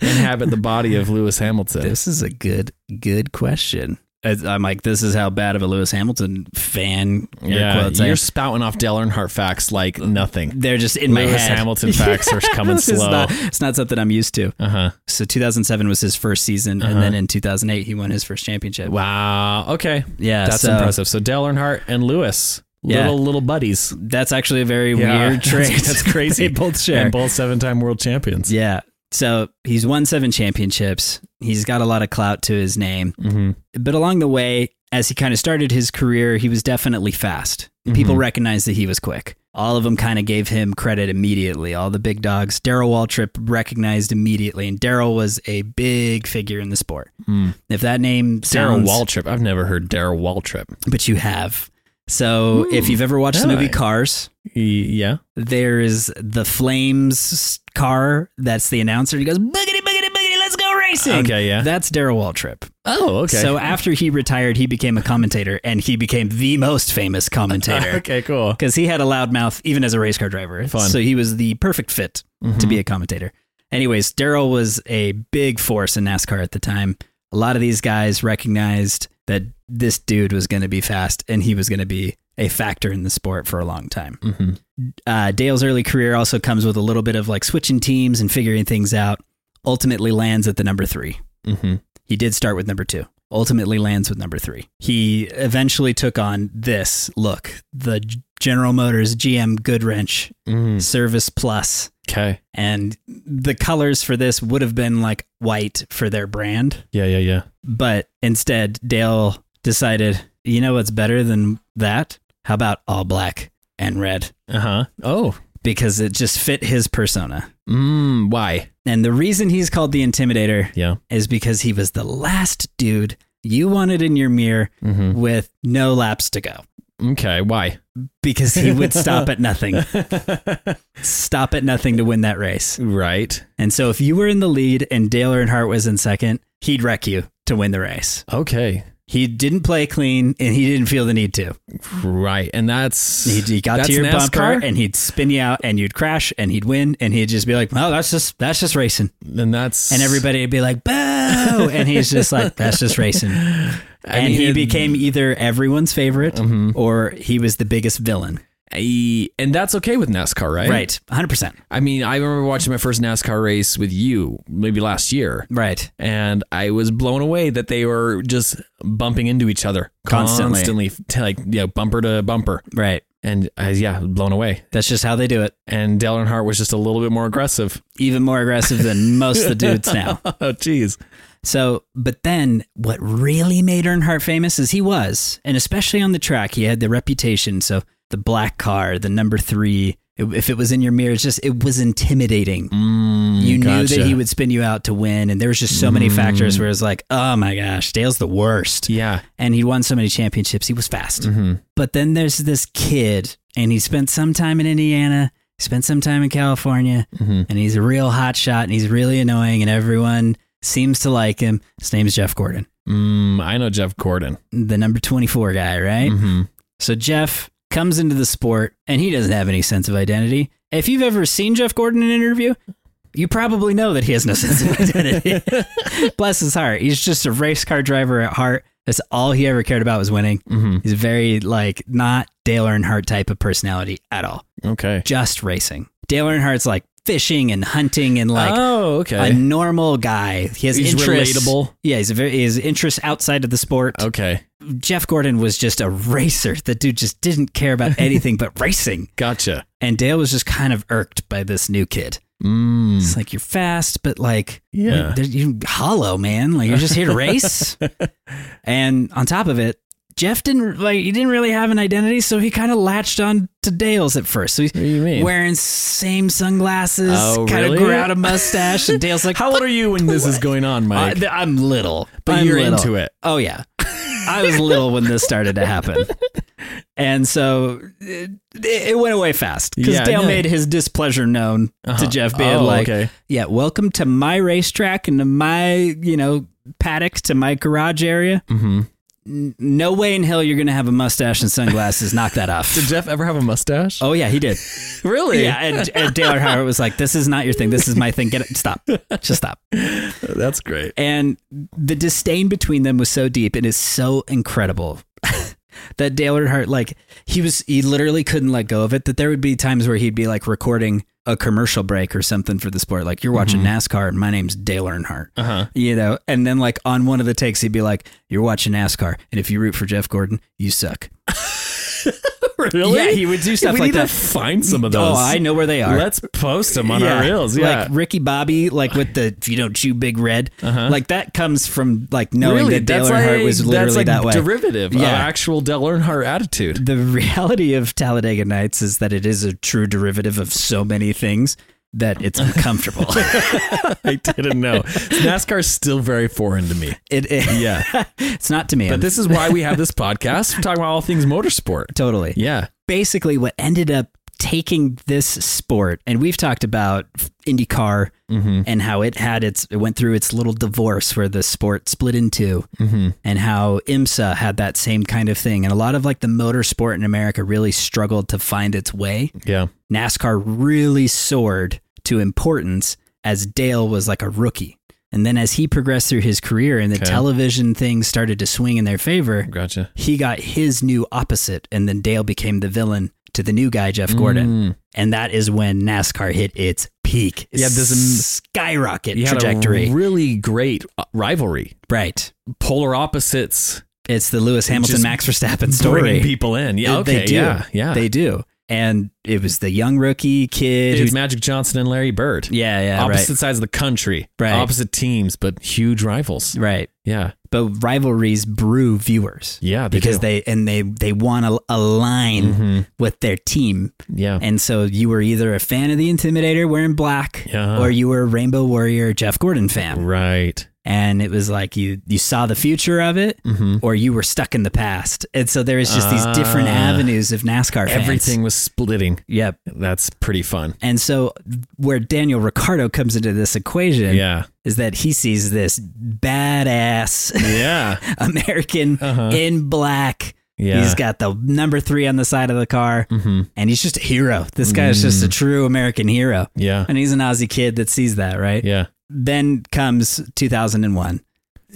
S3: inhabit the body of Lewis Hamilton?
S1: This is a good good question. As- I'm like, this is how bad of a Lewis Hamilton fan. air
S3: Yeah,
S1: quotes I am.
S3: you're spouting off Dale Earnhardt facts like nothing.
S1: They're just in my
S3: Lewis
S1: head.
S3: Hamilton facts are coming
S1: This is
S3: slow.
S1: not- it's not something I'm used to.
S3: Uh huh.
S1: So 2007 was his first season,
S3: Uh-huh.
S1: and then in 2008 he won his first championship.
S3: Wow. Okay.
S1: Yeah,
S3: That's
S1: so
S3: impressive. So Dale Earnhardt and Lewis,
S1: Yeah.
S3: little little buddies.
S1: That's actually a very
S3: Yeah,
S1: weird trait.
S3: That's, that's crazy.
S1: they both share.
S3: And both seven-time world champions.
S1: Yeah. So he's won seven championships. He's got a lot of clout to his name.
S3: Mm-hmm.
S1: But along the way, as he kind of started his career, he was definitely fast. People
S3: Mhm.
S1: recognized that he was quick. All of them kind of gave him credit immediately. All the big dogs. Daryl Waltrip recognized immediately, and Daryl was a big figure in the sport. If that name
S3: Daryl
S1: sounds,
S3: Waltrip. I've never heard Daryl Waltrip.
S1: but you have. So if you've ever watched the
S3: have
S1: movie
S3: I?
S1: Cars,
S3: Yeah.
S1: there is the Flames car. That's the announcer. He goes boogity boogity boogity. Let's go racing.
S3: Okay, yeah.
S1: That's Daryl Waltrip.
S3: Oh, okay.
S1: So after he retired, he became a commentator, and he became the most famous commentator
S3: okay, cool.
S1: because he had a loud mouth even as a race car driver.
S3: Fun.
S1: So he was the perfect fit to be a commentator. Anyways, Daryl was a big force in NASCAR at the time. A lot of these guys recognized that this dude was going to be fast, and he was going to be a factor in the sport for a long time
S3: Mhm.
S1: uh, Dale's early career also comes with a little bit of like switching teams and figuring things out. Ultimately lands at the number three.
S3: Mhm.
S1: He did start with number two. Ultimately lands with number three. He eventually took on this look the G- General Motors GM Goodwrench
S3: Mm.
S1: Service Plus.
S3: Okay.
S1: And the colors for this would have been like white for their brand.
S3: Yeah, yeah, yeah.
S1: But instead, Dale decided, you know what's better than that? How about all black and red?
S3: Uh huh. Oh.
S1: because it just fit his persona.
S3: Mm, why?
S1: And the reason he's called the Intimidator
S3: Yeah.
S1: is because he was the last dude you wanted in your mirror
S3: Mhm.
S1: with no laps to go
S3: Okay. Why?
S1: because he would stop at nothing. Stop at nothing to win that race.
S3: Right.
S1: And so if you were in the lead and Dale Earnhardt was in second, he'd wreck you to win the race.
S3: Okay.
S1: He didn't play clean and he didn't feel the need to.
S3: Right. And that's
S1: He, he got
S3: that's
S1: to your
S3: NASCAR?
S1: bumper and he'd spin you out and you'd crash and he'd win and he'd just be like, "Well, that's just that's just racing."
S3: and that's
S1: and everybody would be like boo and he's just like that's just racing and
S3: mean,
S1: he
S3: it-
S1: became either everyone's favorite or he was the biggest villain
S3: I, and that's okay with NASCAR, right?
S1: Right. 100%.
S3: I mean, I remember watching my first NASCAR race with you maybe last year,
S1: Right.
S3: and I was blown away that they were just bumping into each other
S1: Constantly.
S3: constantly t- like you know, bumper to bumper.
S1: Right.
S3: And I, yeah, blown away.
S1: That's just how they do it.
S3: And Dale Earnhardt was just a little bit more aggressive.
S1: Even more aggressive than most of the dudes now.
S3: Oh, geez.
S1: So, but then what really made Earnhardt famous is he was, and especially on the track, he had the reputation. So the black car, the number three, i- if it was in your mirror, it's just, it was intimidating. you knew
S3: gotcha.
S1: that he would spin you out to win. And there was just so many factors where it's like, oh my gosh, Dale's the worst.
S3: Yeah.
S1: And he won so many championships. He was fast. But then there's this kid, and he spent some time in Indiana, spent some time in California, and he's a real hot shot, and he's really annoying, and everyone seems to like him. His name's Jeff Gordon,
S3: Mm, I know Jeff Gordon.
S1: the number 24 guy, right?
S3: Mm-hmm.
S1: So Jeff comes into the sport, and he doesn't have any sense of identity. If you've ever seen Jeff Gordon in an interview, you probably know that he has no sense of identity. Bless his heart. He's just a race car driver at heart. That's all he ever cared about was winning.
S3: Mm-hmm.
S1: He's very like not Dale Earnhardt type of personality at all.
S3: Okay.
S1: Just racing. Dale Earnhardt's like fishing and hunting and like
S3: oh, okay.
S1: a normal guy. He has
S3: He's
S1: interests.
S3: relatable.
S1: Yeah, he's a very his interests outside of the sport.
S3: Okay.
S1: Jeff Gordon was just a racer. The dude just didn't care about anything but racing.
S3: Gotcha.
S1: And Dale was just kind of irked by this new kid.
S3: Mm.
S1: It's like you're fast, but like
S3: Yeah.
S1: you- you hollow, man. Like you're just here to race. and on top of it, Jeff didn't like he didn't really have an identity, so he kind of latched on to Dale's at first. So he's
S3: What do you mean?
S1: wearing same sunglasses,
S3: Oh,
S1: kind
S3: really?
S1: of grew out a mustache, and Dale's like,
S3: How old are you when this is going on,
S1: I,
S3: Mike?
S1: Uh, th- I'm little,
S3: But
S1: I'm
S3: you're
S1: little.
S3: into it.
S1: Oh yeah, I was little when this started to happen, and so it, it went away fast because
S3: Yeah, I
S1: Dale
S3: know.
S1: made his displeasure known
S3: Uh-huh.
S1: to Jeff, being
S3: Oh,
S1: like,
S3: okay.
S1: "Yeah, welcome to my racetrack and to my you know paddock to my garage area.
S3: Mm-hmm.
S1: N- No way in hell you're gonna have a mustache and sunglasses. Knock that off."
S3: Did Jeff ever have a mustache?
S1: Oh yeah, he did.
S3: really?
S1: Yeah, and, and Dale Earnhardt was like, "This is not your thing. This is my thing. Get it. Stop. Just stop."
S3: That's great.
S1: And the disdain between them was so deep and it's so incredible that Dale Earnhardt, like, he was, he literally couldn't let go of it. That there would be times where he'd be like recording a commercial break or something for the sport. Like, you're watching NASCAR and my name's Dale Earnhardt,
S3: Mm-hmm. Uh-huh.
S1: you know? And then, like, on one of the takes, he'd be like, you're watching NASCAR. And if you root for Jeff Gordon, you suck.
S3: Really?
S1: Yeah, he would do stuff
S3: we
S1: like
S3: need
S1: that.
S3: to find some of those.
S1: Oh, I know where they are.
S3: Let's post them on our reels. Yeah.
S1: Like Ricky Bobby, like with the if you don't chew big red.
S3: Uh-huh.
S1: Like that comes from like knowing
S3: really?
S1: that Dale
S3: that's
S1: Earnhardt
S3: like,
S1: was literally
S3: that's like
S1: that way.
S3: derivative
S1: Yeah.
S3: of actual Dell Earnhardt attitude.
S1: the reality of Talladega Nights is that it is a true derivative of so many things that it's uncomfortable.
S3: I didn't know. NASCAR's still very foreign to me.
S1: it, it-
S3: Yeah.
S1: it's not to me.
S3: But this is why we have this podcast. We're talking about all things motorsport.
S1: totally.
S3: Yeah.
S1: Basically, what ended up taking this sport, and we've talked about IndyCar
S3: Mm-hmm.
S1: and how it had its it went through its little divorce where the sport split in 2
S3: Mm-hmm.
S1: and how IMSA had that same kind of thing, and a lot of like the motorsport in America really struggled to find its way.
S3: Yeah.
S1: NASCAR really soared to importance as Dale was like a rookie. And then as he progressed through his career and the
S3: Okay.
S1: television things started to swing in their favor,
S3: Gotcha.
S1: he got his new opposite. And then Dale became the villain to the new guy, Jeff Gordon. And that is when NASCAR hit its peak.
S3: Mm. Yeah, this is-
S1: skyrocket
S3: You had
S1: trajectory.
S3: a really great uh, rivalry.
S1: right.
S3: Polar opposites
S1: It's the Lewis Hamilton,
S3: just
S1: Max Verstappen
S3: bringing
S1: story.
S3: people in. Yeah, okay,
S1: they do.
S3: yeah, yeah.
S1: They do. And it was the young rookie kid.
S3: it's
S1: Who,
S3: Magic Johnson and Larry Bird.
S1: yeah, yeah,
S3: opposite sides of the country,
S1: Right.
S3: opposite teams, but huge rivals.
S1: right. Right.
S3: Yeah,
S1: but rivalries brew viewers
S3: yeah, they
S1: because
S3: do. Mm-hmm.
S1: they and they they want to align with their team
S3: yeah,
S1: and so you were either a fan of the intimidator wearing black
S3: Yeah.
S1: or you were a rainbow warrior jeff gordon fan
S3: right.
S1: and it was like you you saw the future of it
S3: Mm-hmm.
S1: or you were stuck in the past and so there was just these different
S3: Ah.
S1: avenues of nascar fans.
S3: Everything was splitting.
S1: yep
S3: That's pretty fun.
S1: and so where daniel ricardo comes into this equation
S3: Yeah,
S1: is that he sees this badass
S3: yeah,
S1: American in black.
S3: Uh-huh. Yeah. Mm-hmm.
S1: He's got the number three on the side of the car, and he's just a hero. This guy is just a true American hero.
S3: Mm. yeah,
S1: And he's an Aussie kid that sees that, right?
S3: yeah.
S1: Then comes 2001.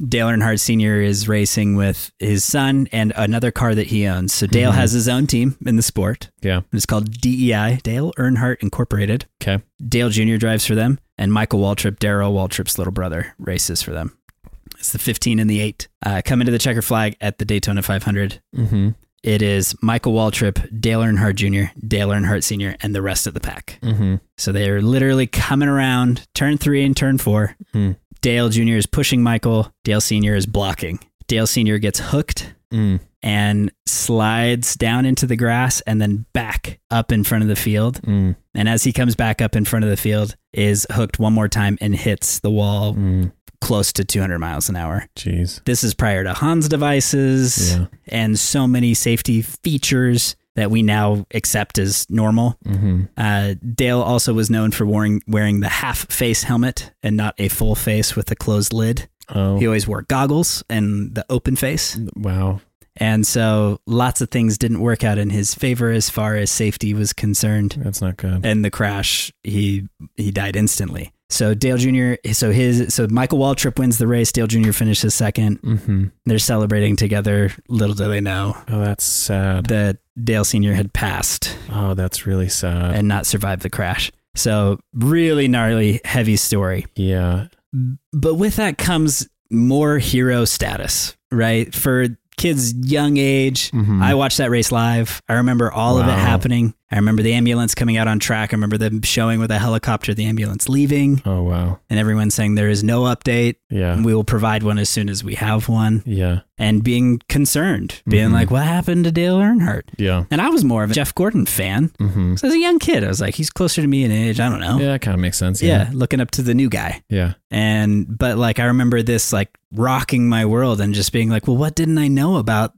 S1: Dale Earnhardt Sr. is racing with his son and another car that he owns. So Dale has his own team in the sport.
S3: Mm-hmm. Yeah.
S1: It's called DEI, Dale Earnhardt Incorporated.
S3: Okay.
S1: Dale Jr. drives for them, and Michael Waltrip, Daryl Waltrip's little brother, races for them. It's the 15 and the 8. Uh, come into the checker flag at the Daytona 500.
S3: Mm-hmm.
S1: It is Michael Waltrip, Dale Earnhardt Jr., Dale Earnhardt Sr., and the rest of the pack.
S3: Mm-hmm.
S1: So they are literally coming around turn three and turn four.
S3: Hmm.
S1: Dale Jr. is pushing Michael. Dale Sr. is blocking. Dale Sr. gets hooked
S3: Mm.
S1: and slides down into the grass and then back up in front of the field.
S3: Mm.
S1: And as he comes back up in front of the field, is hooked one more time and hits the wall
S3: Mm.
S1: close to 200 miles an hour.
S3: Jeez.
S1: This is prior to Hans devices
S3: Yeah.
S1: and so many safety features that we now accept as normal.
S3: Mm-hmm.
S1: Uh, Dale also was known for wearing, wearing the half face helmet and not a full face with a closed lid.
S3: Oh. Mm.
S1: He always wore goggles and the open face.
S3: Wow.
S1: And so lots of things didn't work out in his favor as far as safety was concerned
S3: That's not good.
S1: and the crash he he died instantly so dale jr so his so michael waltrip wins the race dale jr finishes second
S3: Mm-hmm.
S1: they're celebrating together little do they know
S3: Oh, that's sad.
S1: that dale sr had passed
S3: Oh, that's really sad.
S1: and not survived the crash so really gnarly heavy story
S3: yeah.
S1: but with that comes more hero status right for kids young age
S3: Mhm.
S1: I watched that race live. I remember all of
S3: Wow.
S1: it happening. I remember the ambulance coming out on track. I remember them showing with a helicopter the ambulance leaving.
S3: Oh, wow.
S1: and everyone saying there is no update.
S3: Yeah.
S1: We will provide one as soon as we have one.
S3: Yeah.
S1: And being concerned, being
S3: Mhm.
S1: like, what happened to Dale Earnhardt?
S3: Yeah.
S1: And I was more of a Jeff Gordon fan.
S3: Mm-hmm.
S1: So as a young kid, I was like, he's closer to me in age. I don't know.
S3: Yeah, that kind of makes sense.
S1: yeah, looking up to the new guy.
S3: Yeah.
S1: And, but like, I remember this like rocking my world and just being like, well, what didn't I know about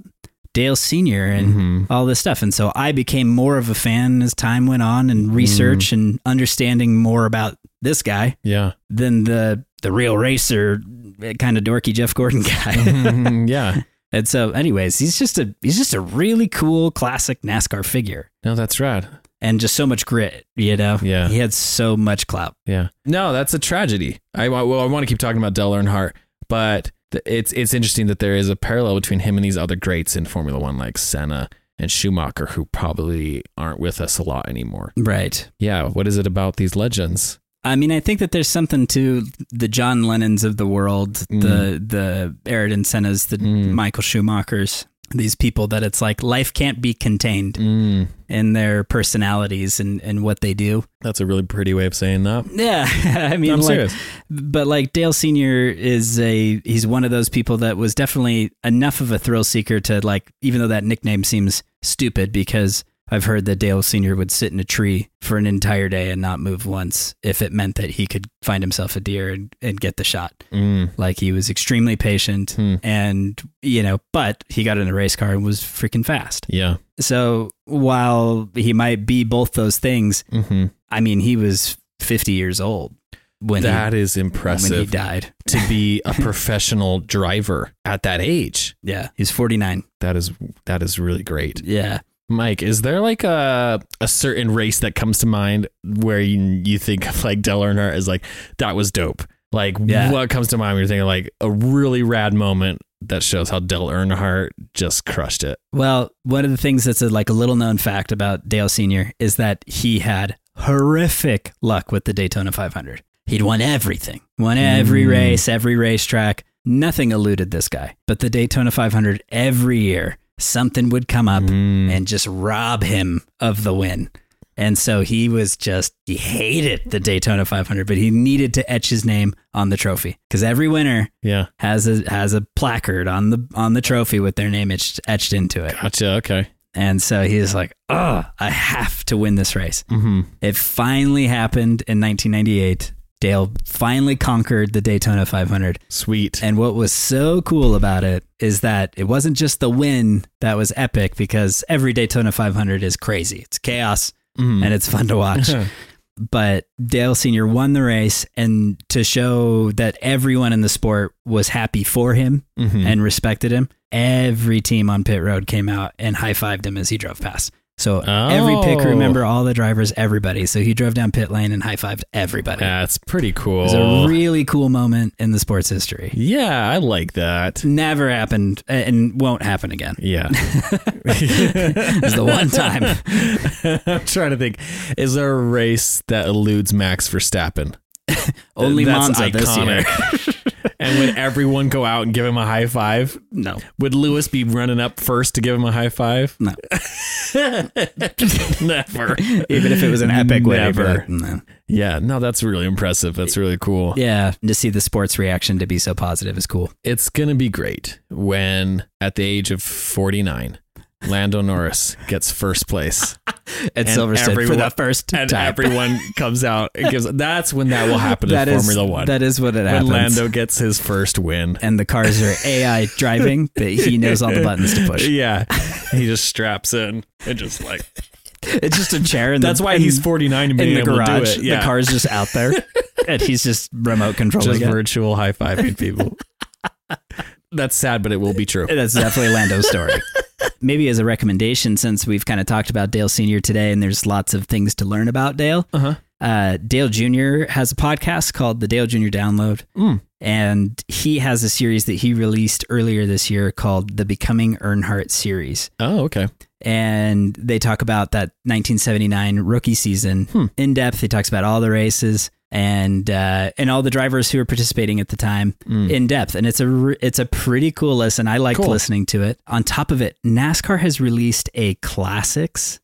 S1: Dale Sr. and
S3: Mhm.
S1: all this stuff? And so I became more of a fan as time went on and research
S3: Mm-hmm.
S1: and understanding more about this guy
S3: Yeah.
S1: than the the real racer eh, kind of dorky Jeff Gordon guy.
S3: Mhm. yeah.
S1: and so anyways, he's just a he's just a really cool classic NASCAR figure
S3: No, that's rad.
S1: and just so much grit, you know.
S3: Yeah.
S1: He had so much clout.
S3: Yeah. No, that's a tragedy. I wa- well, I want to keep talking about Dell Earnhardt, but th- it's it's interesting that there is a parallel between him and these other greats in Formula One, like Senna and Schumacher, who probably aren't with us a lot anymore.
S1: Right.
S3: Yeah. What is it about these legends?
S1: I mean, I think that there's something to the John Lennons of the world, the the Ayrton Senna's, the
S3: Mm.
S1: Michael Schumachers, these people that it's like life can't be contained
S3: Mm,
S1: in their personalities and, and what they do.
S3: that's a really pretty way of saying that.
S1: Yeah, I mean,
S3: I'm
S1: like,
S3: serious.
S1: but like Dale Senior is a he's one of those people that was definitely enough of a thrill seeker to like, even though that nickname seems stupid because I've heard that Dale Senior would sit in a tree for an entire day and not move once if it meant that he could find himself a deer and, and get the shot.
S3: Mm,
S1: Like he was extremely patient
S3: Hmm.
S1: and you know, but he got in a race car and was freaking fast.
S3: yeah.
S1: So while he might be both those things,
S3: Mm-hmm.
S1: I mean, he was 50 years old when,
S3: That is
S1: he, when he
S3: impressive
S1: died.
S3: to be a professional driver at that age.
S1: Yeah. He's 49.
S3: That is that is really great.
S1: Yeah.
S3: Mike, is there like a a certain race that comes to mind where you you think of like Dell Earnhardt is like that was dope? Like
S1: Yeah.
S3: what comes to mind when you're thinking like a really rad moment that shows how Dell Earnhardt just crushed it?
S1: Well, one of the things that's a, like a little known fact about Dale Sr. is that he had horrific luck with the Daytona 500. He'd won everything, won every race, every racetrack. Nothing eluded this guy. But the Daytona 500, every year, something would come up and just rob him of the win. And so he was just, he hated the Daytona 500, but he needed to etch his name on the trophy because every winner
S3: Yeah,
S1: has a has a placard on the on the trophy with their name etched, etched into it.
S3: gotcha. Okay.
S1: And so he's like, "Oh, I have to win this race."
S3: Mm-hmm.
S1: It finally happened in 1998. Dale finally conquered the Daytona 500.
S3: Sweet.
S1: And what was so cool about it is that it wasn't just the win that was epic because every Daytona 500 is crazy. It's chaos
S3: Mhm.
S1: and it's fun to watch. but Dale Sr. won the race and to show that everyone in the sport was happy for him
S3: Mhm.
S1: and respected him, every team on pit road came out and high-fived him as he drove past. So
S3: Oh.
S1: every pick, remember all the drivers, everybody. So he drove down pit lane and high fived everybody.
S3: That's pretty
S1: It was a
S3: cool.
S1: really cool moment in the sports history.
S3: yeah, I like that.
S1: Never happened uh, and won't happen again.
S3: Yeah.
S1: It was the one time.
S3: I'm trying to think. Is there a race that eludes Max Verstappen?
S1: Only
S3: That's
S1: Monza this year.
S3: iconic. and would everyone go out and give him a high five?
S1: No,
S3: Would Lewis be running up first to give him a high five?
S1: no.
S3: Never.
S1: Even if it was an epic win. I'd be
S3: Never.
S1: like, no.
S3: Yeah, no, that's really impressive. That's really cool.
S1: Yeah, and to see the sports reaction to be so positive is cool.
S3: It's going to be great when, at the age of 49, Lando Norris gets first place.
S1: At
S3: And
S1: Silverstone for
S3: everyone-
S1: the first
S3: and
S1: time.
S3: everyone comes out and gives. That's when that will happen
S1: That
S3: in
S1: is-
S3: Formula One.
S1: That is what it
S3: when
S1: happens.
S3: Lando gets his first win.
S1: and the cars are AI driving, but he knows all the buttons to push.
S3: Yeah, he just straps in and just like.
S1: It's just a chair, and
S3: That's
S1: the-
S3: why
S1: and
S3: he's 49 and being
S1: in the
S3: able to
S1: garage.
S3: do it. Yeah.
S1: The car's just out there, and he's just remote controlling
S3: just
S1: it.
S3: virtual high fiving people. That's sad, but it will be true.
S1: That's definitely Lando's story. Maybe as a recommendation, since we've kind of talked about Dale Senior today, and there's lots of things to learn about Dale.
S3: Uh-huh.
S1: Uh, Dale Junior has a podcast called the Dale Junior Download,
S3: Mm.
S1: and he has a series that he released earlier this year called the Becoming Earnhardt series.
S3: Oh, okay.
S1: and they talk about that 1979 rookie season
S3: Hmm.
S1: in depth. He talks about all the races and uh, and all the drivers who were participating at the time
S3: Mm.
S1: in depth. And it's a re- it's a pretty cool listen. I liked
S3: Cool.
S1: listening to it. On top of it, NASCAR has released a classics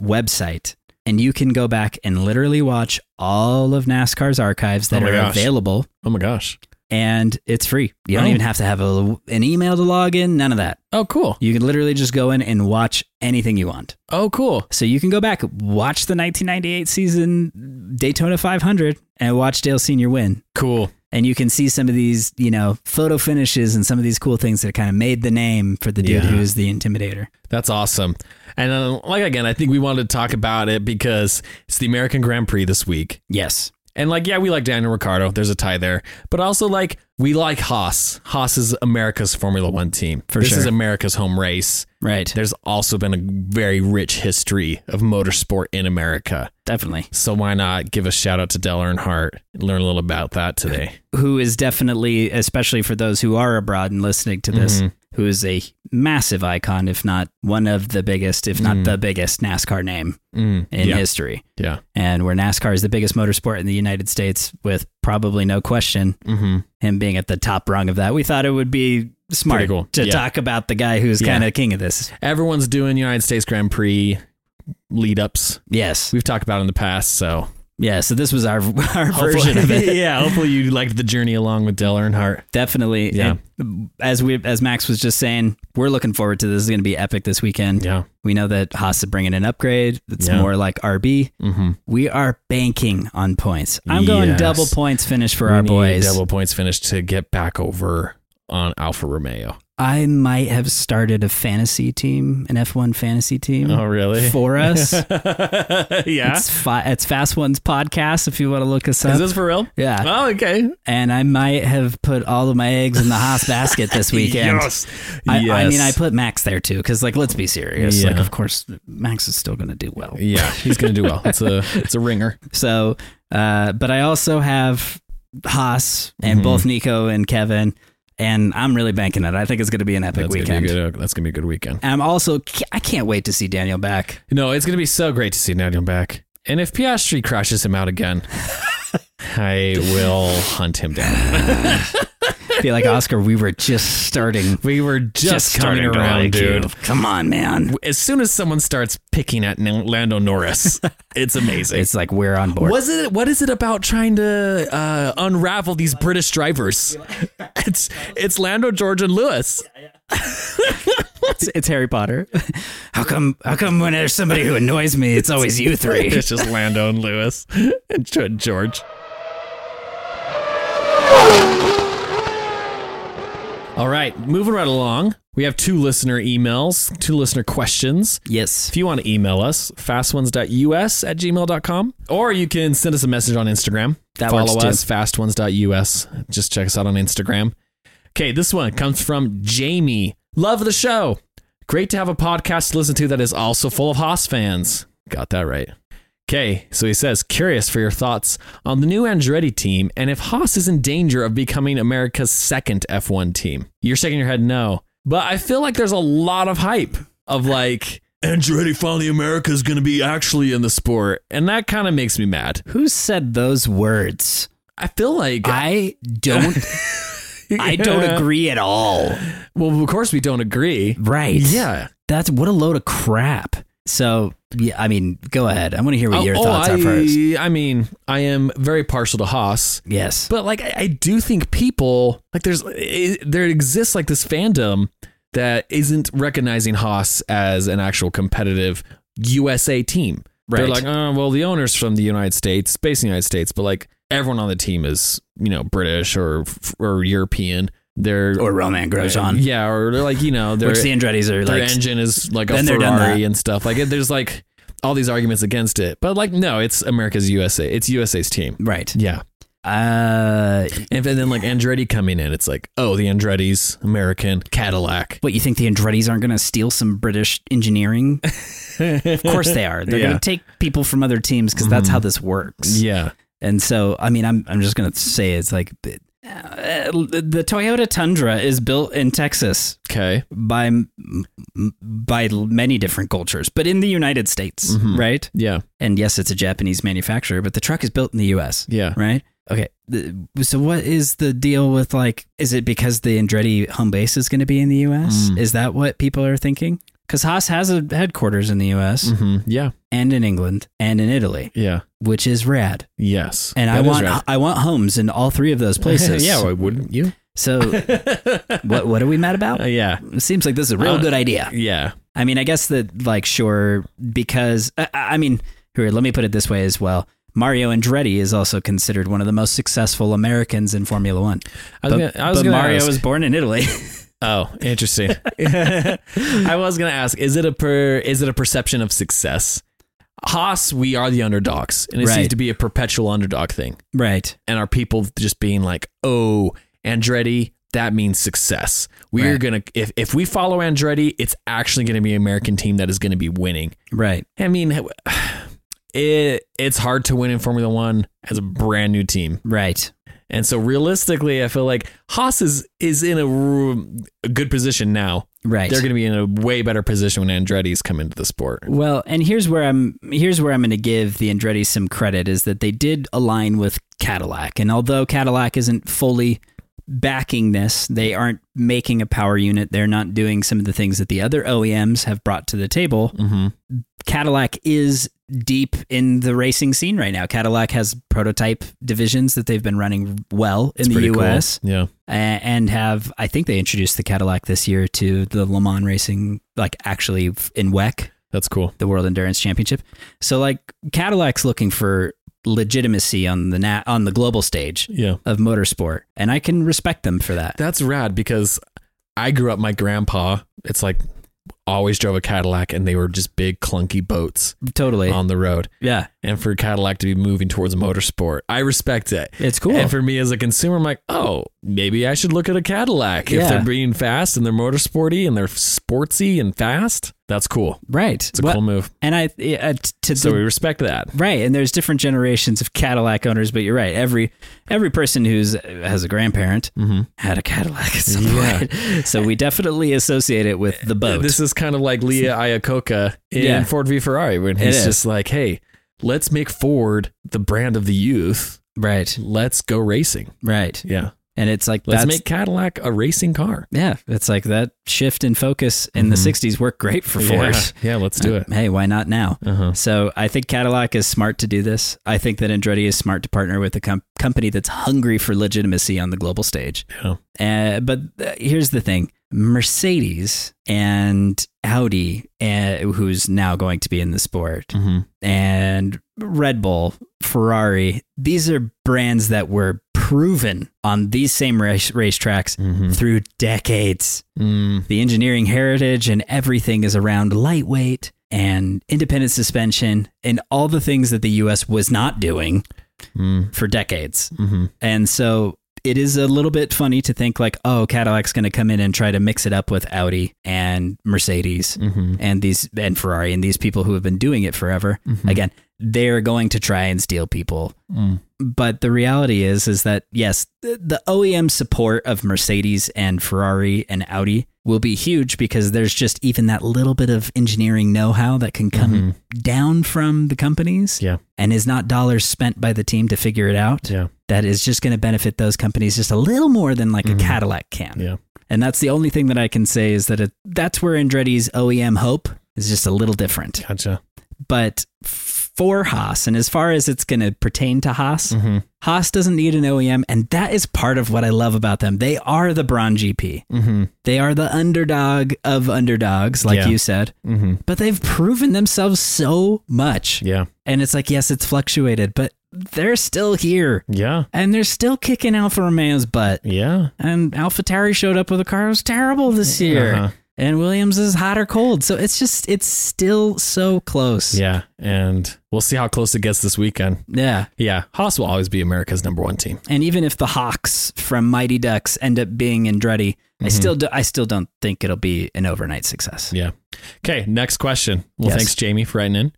S1: website. And you can go back and literally watch all of NASCAR's archives that
S3: Oh my
S1: are
S3: gosh.
S1: available,
S3: Oh my gosh.
S1: and it's free. You don't
S3: Oh.
S1: even have to have a, an email to log in, none of that.
S3: Oh, cool.
S1: You can literally just go in and watch anything you want.
S3: Oh, cool.
S1: So you can go back, watch the 1998 season Daytona 500, and watch Dale Senior win.
S3: Cool.
S1: And you can see some of these, you know, photo finishes and some of these cool things that kind of made the name for the dude
S3: Yeah.
S1: who was the intimidator.
S3: That's awesome. And uh, like again, I think we wanted to talk about it because it's the American Grand Prix this week.
S1: Yes.
S3: And like, yeah, we like Daniel Ricciardo. There's a tie there. But also, like, we like Haas. Haas is America's Formula One team.
S1: For
S3: this
S1: sure.
S3: is America's home race.
S1: Right.
S3: There's also been a very rich history of motorsport in America.
S1: Definitely.
S3: So why not give a shout out to Dell Earnhardt? Learn a little about that today.
S1: Who is definitely, especially for those who are abroad and listening to this,
S3: Mm-hmm.
S1: who is a massive icon, if not one of the biggest, if not the biggest NASCAR name
S3: Mm,
S1: in
S3: yeah,
S1: history.
S3: yeah.
S1: And where NASCAR is the biggest motorsport in the United States, with probably no question.
S3: Mm-hmm.
S1: him being at the top rung of that. We thought it would be smart
S3: Pretty cool.
S1: to
S3: Yeah.
S1: talk about the guy who's
S3: Yeah.
S1: kind of king of this.
S3: Everyone's doing United States Grand Prix lead ups.
S1: Yes.
S3: We've talked about it in the past, so
S1: Yeah. So this was our our version of
S3: Hopefully-
S1: it.
S3: yeah, hopefully you liked the journey along with Dell Earnhardt.
S1: Definitely.
S3: Yeah.
S1: And as we as Max was just saying, we're looking forward to this. This is going to be epic this weekend.
S3: Yeah.
S1: We know that Haas is bringing an upgrade. It's
S3: Yeah.
S1: more like RB.
S3: Mm-hmm.
S1: We are banking on points. I'm going
S3: Yes.
S1: double points finish for our boys.
S3: double points finish to get back over on Alfa Romeo.
S1: I might have started a fantasy team, an F1 fantasy team
S3: Oh, really?
S1: for us.
S3: yeah.
S1: It's, fi- it's Fast Ones podcast. If you want to look us up,
S3: Is this for real?
S1: yeah.
S3: Oh, okay.
S1: And I might have put all of my eggs in the Haas basket this weekend.
S3: Yes.
S1: I, I
S3: Yes.
S1: mean, I put Max there too, because like, let's be serious. Like,
S3: Yeah.
S1: of course, Max is still going to do well.
S3: Yeah, he's gonna do well. It's a it's a ringer.
S1: So, uh, but I also have Haas and
S3: Mm-hmm.
S1: both Nico and Kevin, and I'm really banking it. I think it's going to be an epic
S3: That's gonna
S1: weekend.
S3: be a good. uh, That's gonna be a good weekend.
S1: And I'm also, I can't wait to see Daniel back.
S3: No, it's gonna be so great to see Daniel back. And if Piastri crashes him out again, I will hunt him down.
S1: Be like Oscar, we were just starting,
S3: We were
S1: just, coming around, dude. Come on, man.
S3: As soon as someone starts picking at N- Lando Norris, it's amazing.
S1: It's like we're on board.
S3: was it what is it about trying to uh, unravel these British drivers? It's it's Lando, George, and Lewis.
S1: it's, it's Harry Potter. How come? How come when there's somebody who annoys me, it's always you three?
S3: It's just Lando and Lewis and Ge- George. All right, moving right along. We have two listener emails, two listener questions.
S1: Yes.
S3: If you want to email us, fastones.us at gmail.com, or you can send us a message on Instagram.
S1: That
S3: Follow
S1: works, too.
S3: us, fastones.us. Just check us out on Instagram. Okay, this one comes from Jamie. Love the show. Great to have a podcast to listen to that is also full of Haas fans. Got that right. Okay, so he says, curious for your thoughts on the new Andretti team and if Haas is in danger of becoming America's second F1 team. You're shaking your head no, but I feel like there's a lot of hype of like, Andretti finally America is going to be actually in the sport. And that kind of makes me mad.
S1: Who said those words?
S3: I feel like
S1: I don't. I don't agree at all.
S3: Well, of course we don't agree.
S1: Right.
S3: Yeah.
S1: That's what a load of crap. So, yeah, I mean, go ahead. I want to hear what your
S3: Oh,
S1: thoughts
S3: I,
S1: are first.
S3: I mean, I am very partial to Haas,
S1: Yes.
S3: but like I, I do think people like there's it, there exists like this fandom that isn't recognizing Haas as an actual competitive USA team. They're like,
S1: Right.
S3: oh, well, the owner's from the United States, based in the United States, but like everyone on the team is you know British or or European. They're
S1: or Roman Grosjean,
S3: yeah, or they're like you know they're
S1: which the Andretti's are
S3: their
S1: like.
S3: engine is like a
S1: Then they're done
S3: Ferrari
S1: that.
S3: and stuff. Like it- there's like all these arguments against it, but like no, it's America's USA. It's USA's team.
S1: Right.
S3: Yeah,
S1: Uh,
S3: and then like Andretti coming in, it's like oh the Andretti's American Cadillac.
S1: what you think the Andretti's aren't going to steal some British engineering? of course they are. They're
S3: Yeah. Mm-hmm.
S1: going to take people from other teams because that's how this works.
S3: Yeah,
S1: And so, I mean, I'm I'm just going to say it's like uh, the Toyota Tundra is built in Texas
S3: okay,
S1: by m- m- by many different cultures, but in the United States,
S3: Mm-hmm.
S1: right?
S3: yeah,
S1: And yes, it's a Japanese manufacturer, but the truck is built in the U.S.
S3: yeah.
S1: right? Okay. The- So what is the deal with like? Is it because the Andretti home base is going to be in the
S3: Mm.
S1: U.S.? Is that what people are thinking? Because Haas has a headquarters in the U.S.
S3: hmm Yeah,
S1: and in England and in Italy,
S3: yeah,
S1: which is rad.
S3: yes.
S1: And
S3: That
S1: I
S3: is
S1: want
S3: right.
S1: I want homes in all three of those places.
S3: yeah, why wouldn't you?
S1: So what what are we mad about?
S3: Uh, yeah,
S1: It seems like this is a real
S3: Uh,
S1: good idea.
S3: yeah,
S1: I mean, I guess that like sure because I, I I mean, here let me put it this way as well. Mario Andretti is also considered one of the most successful Americans in Formula One.
S3: I was
S1: but
S3: gonna- I was
S1: but
S3: gonna
S1: Mario
S3: ask.
S1: was born in Italy.
S3: Oh, interesting. I was gonna ask, is it a per is it a perception of success? Haas, we are the underdogs, and it seems
S1: Right.
S3: to be a perpetual underdog thing.
S1: right.
S3: And our people just being like, "Oh, Andretti, that means success. We're
S1: Right.
S3: gonna if if we follow Andretti, it's actually gonna be an American team that is gonna be winning."
S1: Right.
S3: I mean, it it's hard to win in Formula One as a brand new team.
S1: Right.
S3: And so realistically, I feel like Haas is is in a, r- a good position now.
S1: Right.
S3: They're going to be in a way better position when Andretti's come into the sport.
S1: well, and here's where I'm here's where I'm going to give the Andretti some credit is that they did align with Cadillac, and although Cadillac isn't fully backing this, they aren't making a power unit. They're not doing some of the things that the other OEMs have brought to the table.
S3: Mm-hmm.
S1: Cadillac is deep in the racing scene right now. Cadillac has prototype divisions that they've been running well in the US
S3: Yeah.
S1: a- and have I think they introduced the Cadillac this year to the Le Mans racing like actually f- in WEC,
S3: That's cool.
S1: the World Endurance Championship. So like Cadillac's looking for legitimacy on the na- on the global stage
S3: Yeah.
S1: of motorsport and I can respect them for that.
S3: That's rad because I grew up, my grandpa, it's like always drove a Cadillac and they were just big, clunky boats
S1: Totally.
S3: on the road.
S1: yeah.
S3: And for Cadillac to be moving towards motorsport, I respect it.
S1: It's cool.
S3: And for me as a consumer, I'm like, oh, maybe I should look at a Cadillac. If
S1: Yeah.
S3: they're being fast and they're motorsporty and they're sportsy and fast, that's cool.
S1: right.
S3: It's a
S1: What-
S3: cool move.
S1: and I uh, t- to
S3: So
S1: the,
S3: we respect that.
S1: Right, and there's different generations of Cadillac owners, but you're right. Every every person who's has a grandparent
S3: Mm-hmm.
S1: had a Cadillac at some point. So we definitely associate it with the boat.
S3: This is kind of like Leah Iacocca in
S1: Yeah.
S3: Ford v Ferrari when
S1: It
S3: he's
S1: is.
S3: just like, hey, let's make Ford the brand of the youth.
S1: right,
S3: Let's go racing.
S1: right.
S3: Yeah.
S1: And it's like
S3: Let's
S1: that's
S3: make Cadillac a racing car.
S1: yeah, it's like that shift in focus in the '60s worked great for Ford.
S3: Mm-hmm. Yeah, let's do it.
S1: Hey, why not now?
S3: Uh-huh.
S1: So I think Cadillac is smart to do this. I think that Andretti is smart to partner with a com- company that's hungry for legitimacy on the global stage.
S3: Yeah.
S1: Uh, but uh, here's the thing: Mercedes and Audi, uh, who's now going to be in the sport,
S3: Mhm.
S1: and Red Bull, Ferrari. These are brands that were proven on these same race racetracks
S3: Mm-hmm.
S1: through decades.
S3: Mm.
S1: The engineering heritage and everything is around lightweight and independent suspension and all the things that the US was not doing
S3: Mm.
S1: for decades.
S3: Mhm.
S1: And so it is a little bit funny to think like, oh, Cadillac's going to come in and try to mix it up with Audi and Mercedes
S3: Mm-hmm.
S1: and these and Ferrari and these people who have been doing it forever. Again, they're going to try and steal people.
S3: Mm-hmm. Mm.
S1: But the reality is is that yes, the, the OEM support of Mercedes and Ferrari and Audi will be huge because there's just even that little bit of engineering know-how that can come down from the companies
S3: Mm-hmm. Yeah.
S1: and is not dollars spent by the team to figure it out
S3: Yeah.
S1: that is just going to benefit those companies just a little more than like a Cadillac can.
S3: Mm-hmm. Yeah.
S1: And that's the only thing that I can say is that it, that's where Andretti's OEM hope is just a little different.
S3: Gotcha.
S1: But for Haas, and as far as it's going to pertain to Haas,
S3: Mm-hmm.
S1: Haas doesn't need an OEM. And that is part of what I love about them. They are the Braun GP,
S3: Mm-hmm.
S1: they are the underdog of underdogs, like
S3: Yeah.
S1: you said.
S3: Mm-hmm.
S1: But they've proven themselves so much.
S3: Yeah.
S1: And it's like, yes, it's fluctuated, but they're still here
S3: Yeah.
S1: and they're still kicking Alfa Romeo's butt.
S3: Yeah.
S1: And Alfa Tauri showed up with a car that was terrible this year.
S3: Uh-huh.
S1: And Williams is hot or cold. So it's just, it's still so close.
S3: Yeah. And we'll see how close it gets this weekend.
S1: Yeah.
S3: Yeah. Haas will always be America's number one team.
S1: And even if the Hawks from Mighty Ducks end up being Andretti, I still, do, I still don't think it'll be an overnight success.
S3: Mm-hmm. Yeah. Okay. Next question. Well,
S1: Yes.
S3: thanks, Jamie, for writing in.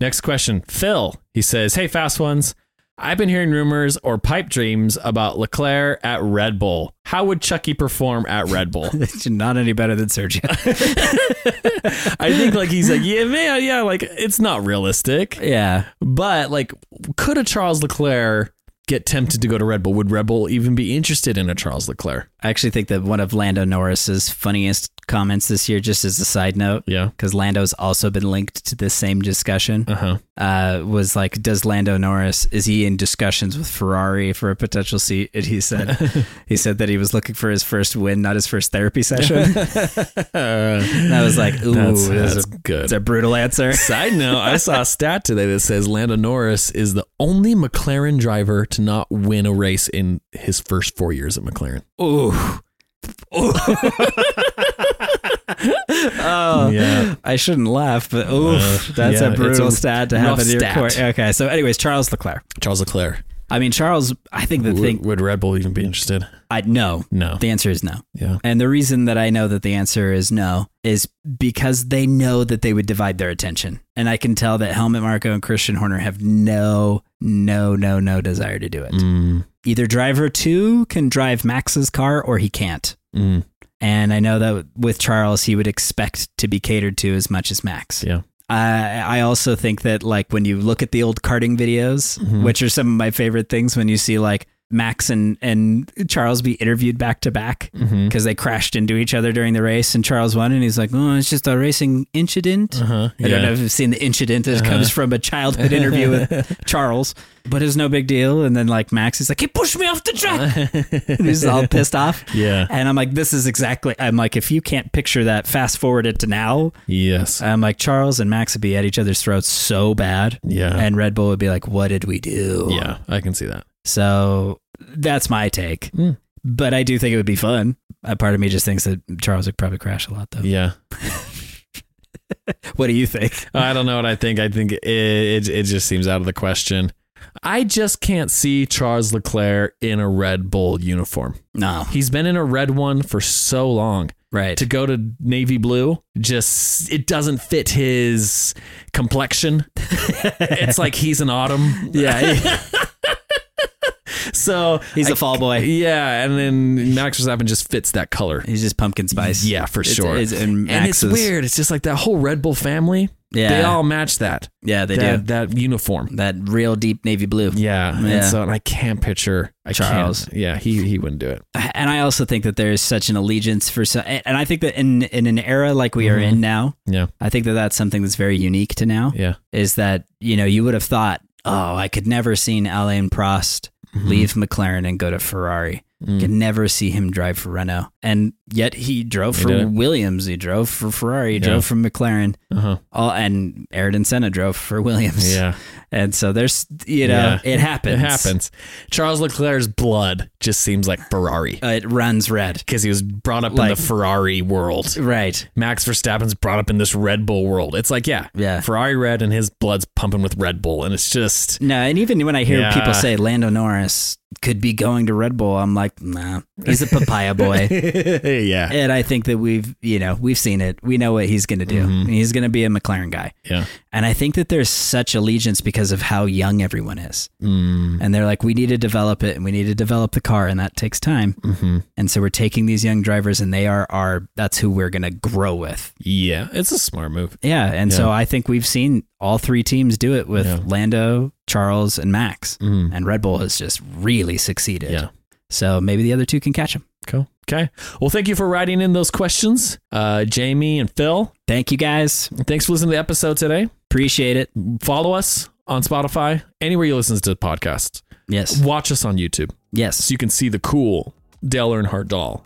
S3: Next question. Phil, he says, Hey, fast ones. I've been hearing rumors or pipe dreams about Leclerc at Red Bull. How would Chucky perform at Red Bull?
S1: It's not any better than Sergio.
S3: I think like he's like, yeah, man, yeah, like it's not realistic.
S1: yeah.
S3: But like, could a Charles Leclerc get tempted to go to Red Bull? Would Red Bull even be interested in a Charles Leclerc?
S1: I actually think that one of Lando Norris's funniest comments this year, just as a side note,
S3: Yeah.
S1: because Lando's also been linked to this same discussion.
S3: Uh huh.
S1: uh, was like, "Does Lando Norris is he in discussions with Ferrari for a potential seat?" And he said, he said that he was looking for his first win, not his first therapy session. and I was like, "Ooh,
S3: Uh, That's,
S1: that's,
S3: that's
S1: a,
S3: good.
S1: that's a brutal answer."
S3: Side note, I saw a stat today that says Lando Norris is the only McLaren driver to not win a race in his first four years at McLaren.
S1: Ooh. oh,
S3: Yeah.
S1: I shouldn't laugh, but oof, that's
S3: Uh, yeah,
S1: a
S3: it's
S1: brutal
S3: a
S1: stat to
S3: rough
S1: have in your
S3: stat.
S1: court. Okay, so anyways, Charles Leclerc.
S3: Charles Leclerc.
S1: I mean, Charles. I think the
S3: Would,
S1: thing.
S3: would Red Bull even be interested?
S1: I no.
S3: No.
S1: The answer is no.
S3: yeah.
S1: And the reason that I know that the answer is no is because they know that they would divide their attention. And I can tell that Helmut Marko and Christian Horner have no, no, no, no desire to do it.
S3: Mm,
S1: Either driver two can drive Max's car or he can't.
S3: mm,
S1: And I know that with Charles, he would expect to be catered to as much as Max.
S3: yeah.
S1: I I also think that like when you look at the old karting videos,
S3: Mm-hmm.
S1: which are some of my favorite things, when you see like Max and and Charles be interviewed back to back because
S3: Mm-hmm.
S1: they crashed into each other during the race, and Charles won, and he's like, "Oh, it's just a racing incident."
S3: Uh-huh,
S1: I don't
S3: yeah. Uh-huh.
S1: know if you've seen the incident. It comes from a childhood interview with Charles, but it's no big deal. And then like Max is like, "He pushed me off the track," and he's all pissed off.
S3: Yeah.
S1: and I'm like, "This is exactly." I'm like, if you can't picture that, fast forward it to now.
S3: Yes.
S1: I'm like Charles and Max would be at each other's throats so bad.
S3: Yeah.
S1: And Red Bull would be like, "What did we do?"
S3: yeah. I can see that.
S1: So that's my take.
S3: Hmm.
S1: But I do think it would be fun. A part of me just thinks that Charles would probably crash a lot, though.
S3: Yeah.
S1: What do you think?
S3: I don't know what I think. I think it, it it just seems out of the question. I just can't see Charles Leclerc in a Red Bull uniform.
S1: No,
S3: He's been in a red one for so long.
S1: right?
S3: To go to navy blue, just it doesn't fit his complexion. it's like he's an autumn.
S1: yeah,
S3: So
S1: he's a fall boy.
S3: yeah, and then Max Verstappen just fits that color.
S1: He's just pumpkin spice.
S3: Yeah, for
S1: It's-
S3: sure.
S1: it's- and,
S3: and
S1: Max
S3: it's
S1: is-
S3: weird. It's just like that whole Red Bull family.
S1: Yeah,
S3: They all match that.
S1: yeah, they
S3: that,
S1: do
S3: that uniform.
S1: that real deep navy blue.
S3: Yeah.
S1: Yeah.
S3: And so and I can't picture I can't-
S1: Charles.
S3: yeah, he he wouldn't do it.
S1: and I also think that there is such an allegiance for so, and I think that in in an era like we are in now,
S3: Yeah.
S1: I think that that's something that's very unique to now.
S3: Mm-hmm. Yeah.
S1: Is that you know you would have thought, oh, I could never seen Alain Prost
S3: Mm-hmm.
S1: leave McLaren and go to Ferrari.
S3: Mm.
S1: Could never see him drive for Renault, and yet he drove for
S3: did it.
S1: Williams. He drove for Ferrari. He
S3: Yeah.
S1: drove for McLaren.
S3: Uh-huh.
S1: All and Ayrton Senna drove for Williams.
S3: Yeah.
S1: and so there's you know
S3: Yeah.
S1: it happens.
S3: It happens. Charles Leclerc's blood just seems like Ferrari.
S1: Uh, it runs red.
S3: because he was brought up in
S1: Like-
S3: the Ferrari world.
S1: Right.
S3: Max Verstappen's brought up in this Red Bull world. It's like, yeah,
S1: Yeah.
S3: Ferrari red and his blood's pumping with Red Bull, and it's just
S1: No, and even when I hear
S3: Yeah.
S1: people say Lando Norris could be going to Red Bull. I'm like, nah, he's a papaya boy.
S3: yeah.
S1: and I think that we've, you know, we've seen it. We know what he's going to do.
S3: Mhm.
S1: He's going to be a McLaren guy.
S3: Yeah.
S1: And I think that there's such allegiance because of how young everyone is.
S3: Mm,
S1: And they're like, we need to develop it and we need to develop the car. And that takes time.
S3: hmm
S1: And so we're taking these young drivers and they are our, that's who we're going to grow with.
S3: Yeah. It's a smart move.
S1: Yeah. And so I think we've seen all three teams do it with
S3: Yeah.
S1: Lando, Charles, and Max.
S3: Mm.
S1: And Red Bull has just really succeeded.
S3: Yeah.
S1: So maybe the other two can catch him.
S3: Cool. Okay. Well, thank you for writing in those questions, uh, Jamie and Phil.
S1: Thank you guys.
S3: Thanks for listening to the episode today.
S1: Appreciate it.
S3: Follow us on Spotify, anywhere you listen to podcasts.
S1: Yes.
S3: Watch us on YouTube
S1: Yes.
S3: so you can see the cool Dale Earnhardt doll.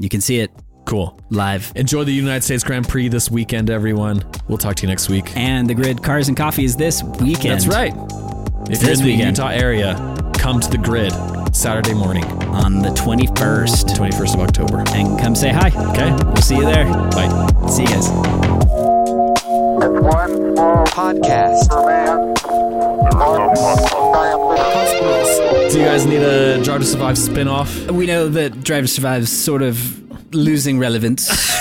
S1: You can see it
S3: Cool.
S1: live.
S3: Enjoy the United States Grand Prix this weekend, everyone. We'll talk to you next week.
S1: And the grid Cars and Coffee is this weekend.
S3: That's right. If you're
S1: This
S3: in the
S1: weekend.
S3: Utah area, come to the grid Saturday morning,
S1: On the 21st.
S3: 21st of October.
S1: And come say hi.
S3: Okay.
S1: We'll see you there.
S3: Bye.
S1: See you guys.
S5: That's one small podcast for man. One giant leap.
S3: Do you guys need a Jar to Survive spin off?
S1: We know that Drive to Survive sort of losing relevance.